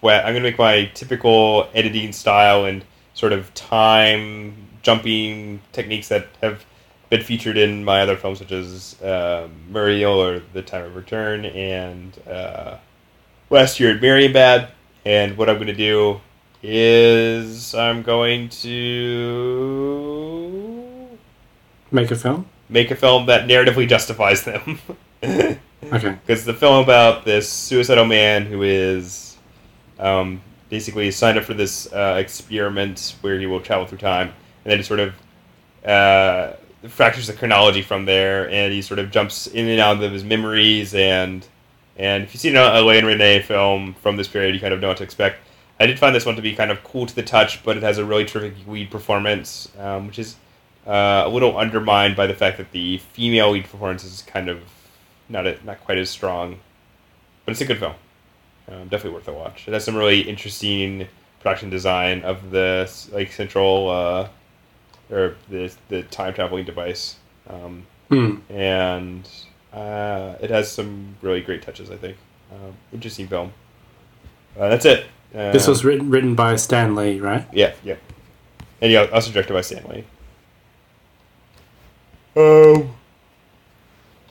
Speaker 2: que- I'm gonna make my typical editing style and sort of time jumping techniques that have been featured in my other films, such as uh, Muriel or The Time of Return and uh, Last Year at Marienbad. And what I'm gonna do is I'm going to
Speaker 1: Make a film?
Speaker 2: make a film that narratively justifies them.
Speaker 1: Okay.
Speaker 2: Because the film about this suicidal man who is um, basically signed up for this uh, experiment where he will travel through time, and then it sort of uh, fractures the chronology from there, and he sort of jumps in and out of his memories. and And if you've seen an Elaine Renee film from this period, you kind of know what to expect. I did find this one to be kind of cool to the touch, but it has a really terrific lead performance, um, which is uh, a little undermined by the fact that the female lead performance is kind of not a, not quite as strong, but it's a good film. Um, definitely worth a watch. It has some really interesting production design of the like central uh, or the the time traveling device, um,
Speaker 1: Mm.
Speaker 2: and uh, it has some really great touches. I think um, interesting film. Uh, that's it. Uh,
Speaker 1: This was written written by Stan Lee, right?
Speaker 2: yeah yeah, and yeah, also directed by Stanley. Um.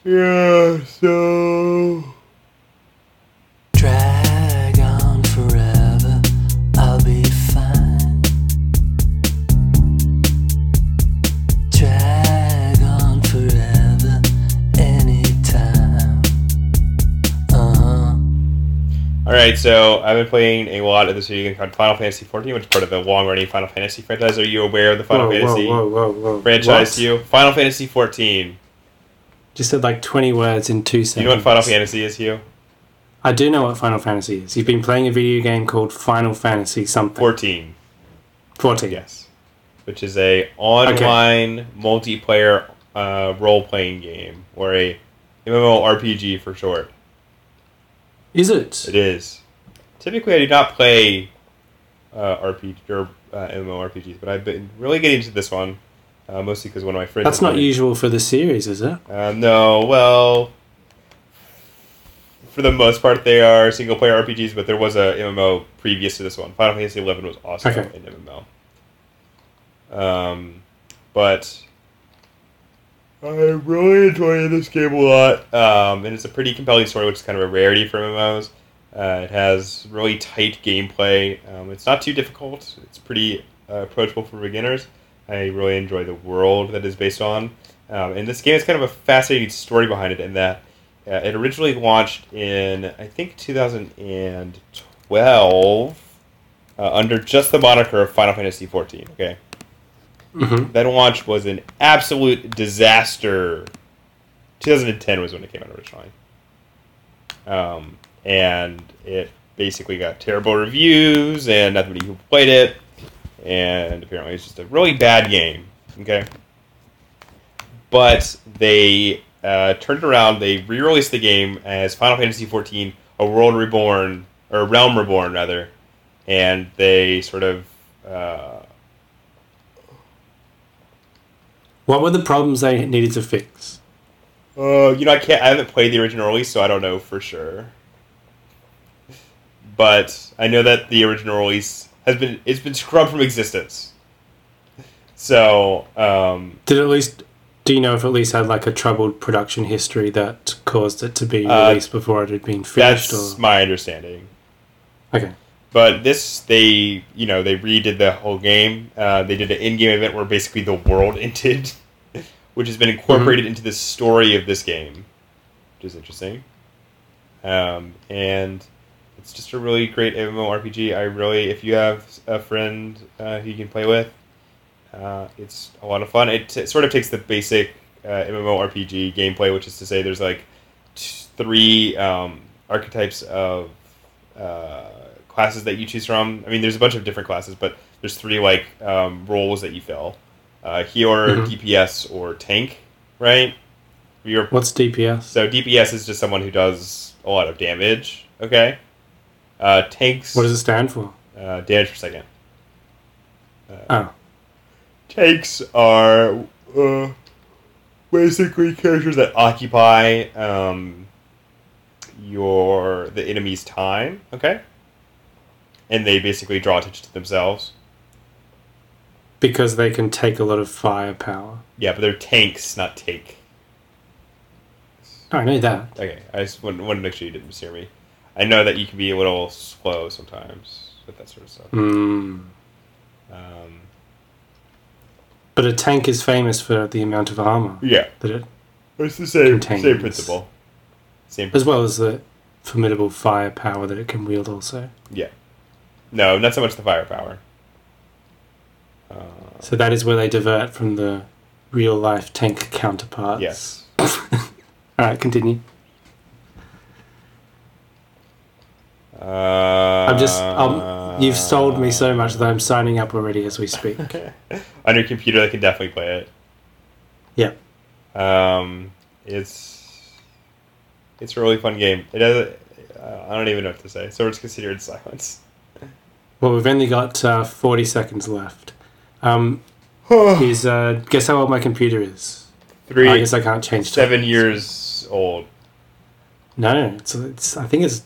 Speaker 2: Yeah. So.
Speaker 3: Drag on forever, I'll be fine. Drag on forever, anytime. Uh huh.
Speaker 2: All right, so I've been playing a lot of this video game called Final Fantasy XIV, which is part of the long-running Final Fantasy franchise. Are you aware of the Final
Speaker 1: Whoa,
Speaker 2: Fantasy
Speaker 1: whoa, whoa, whoa, whoa.
Speaker 2: franchise?
Speaker 1: What?
Speaker 2: You Final Fantasy XIV.
Speaker 1: Just said like 20 words in two seconds.
Speaker 2: Do you know what Final Fantasy is, Hugh?
Speaker 1: I do know what Final Fantasy is. You've been playing a video game called Final Fantasy something.
Speaker 2: Fourteen,
Speaker 1: 14.
Speaker 2: yes, which is a online multiplayer uh, role-playing game or a MMORPG for short.
Speaker 1: Is it?
Speaker 2: It is. Typically, I do not play uh, RPG or uh, MMORPGs, but I've been really getting into this one, uh, mostly because one of my friends.
Speaker 1: That's
Speaker 2: is
Speaker 1: not
Speaker 2: playing.
Speaker 1: usual for the series, is it?
Speaker 2: Uh, no, well, for the most part, they are single player RPGs, but there was a MMO previous to this one. Final Fantasy XI was also
Speaker 1: Okay.
Speaker 2: an MMO. Um, but I really enjoyed this game a lot, um, and it's a pretty compelling story, which is kind of a rarity for MMOs. Uh, it has really tight gameplay. Um, it's not too difficult. It's pretty uh, approachable for beginners. I really enjoy the world that is based on. Um, and this game has kind of a fascinating story behind it in that uh, it originally launched in, I think, 2012 uh, under just the moniker of Final Fantasy XIV. Okay.
Speaker 1: Mm-hmm.
Speaker 2: That launch was an absolute disaster. 2010 was when it came out originally. Um, and it basically got terrible reviews and not many people played it. And apparently it's just a really bad game. Okay. But they uh, turned it around. They re released the game as Final Fantasy XIV A World Reborn, or Realm Reborn, rather. And they sort of. Uh,
Speaker 1: What were the problems they needed to fix?
Speaker 2: Uh, you know, I can't. I haven't played the original release, so I don't know for sure. But I know that the original release has been it's been scrubbed from existence. So um,
Speaker 1: Did at least. Do you know if at least had like a troubled production history that caused it to be
Speaker 2: Uh,
Speaker 1: released before it had been finished?
Speaker 2: that's
Speaker 1: Or...
Speaker 2: my understanding.
Speaker 1: Okay.
Speaker 2: But this, they you know, they redid the whole game. Uh, they did an in-game event where basically the world ended, which has been incorporated into the story of this game, which is interesting. Um, and it's just a really great MMORPG. I really, if you have a friend uh, who you can play with, uh, it's a lot of fun. It t- sort of takes the basic uh, MMORPG gameplay, which is to say, there's like t- three um, archetypes of uh, classes that you choose from. I mean, there's a bunch of different classes, but there's three like um, roles that you fill: uh, healer,
Speaker 1: Mhm.
Speaker 2: DPS, or tank. Right? You're
Speaker 1: What's DPS?
Speaker 2: so DPS is just someone who does a lot of damage. Okay. Uh, tanks.
Speaker 1: What does it stand for?
Speaker 2: uh, damage per second? Uh,
Speaker 1: Oh.
Speaker 2: Tanks are uh, basically characters that occupy um, your the enemy's time. Okay. And they basically draw attention to themselves.
Speaker 1: Because they can take a lot of firepower.
Speaker 2: Yeah, but they're tanks, not take.
Speaker 1: I know that.
Speaker 2: Okay, I just wanted, wanted to make sure you didn't mishear me. I know that you can be a little slow sometimes with that sort of stuff.
Speaker 1: Mm.
Speaker 2: Um,
Speaker 1: But a tank is famous for the amount of armor
Speaker 2: yeah.
Speaker 1: that it,
Speaker 2: It's the same
Speaker 1: Contains.
Speaker 2: same principle. Same
Speaker 1: as well as the formidable firepower that it can wield. Also,
Speaker 2: yeah. No, not so much the firepower. Uh,
Speaker 1: so that is where they divert from the real life tank counterparts.
Speaker 2: yes.
Speaker 1: All right, continue.
Speaker 2: Uh,
Speaker 1: I'm
Speaker 2: I'm
Speaker 1: just um, you've sold me so much that I'm signing up already as we speak.
Speaker 2: on your computer. They can definitely play
Speaker 1: yeah.
Speaker 2: it. Um, it's it's a really fun game. It doesn't. Uh, I don't even know what to say. So it's considered silence.
Speaker 1: Well, we've only got uh, 40 seconds left. Um,
Speaker 2: Three
Speaker 1: is uh, guess how old my computer is? I guess I can't change.
Speaker 2: seven
Speaker 1: topics.
Speaker 2: years old.
Speaker 1: No, it's, it's I think it's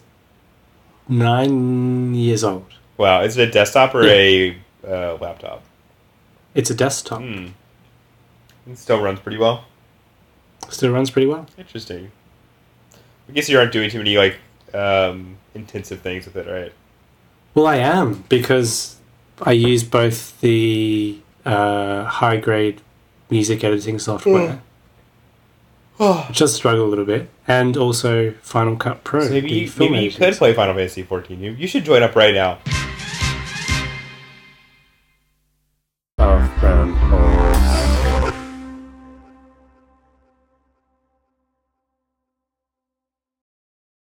Speaker 1: nine years old.
Speaker 2: Wow, is it a desktop or a uh, laptop? Hmm.
Speaker 1: It's a desktop.
Speaker 2: It still runs pretty well.
Speaker 1: Still runs pretty well.
Speaker 2: Interesting. I guess you aren't doing too many like um, intensive things with it, right?
Speaker 1: Well, I am because I use both the uh, high grade music editing software, which does struggle a little bit, and also Final Cut Pro.
Speaker 2: So maybe
Speaker 1: the
Speaker 2: you,
Speaker 1: film
Speaker 2: maybe you
Speaker 1: editing
Speaker 2: could play Final Fantasy 14. You, you should join up right now.
Speaker 1: of Brown Hole.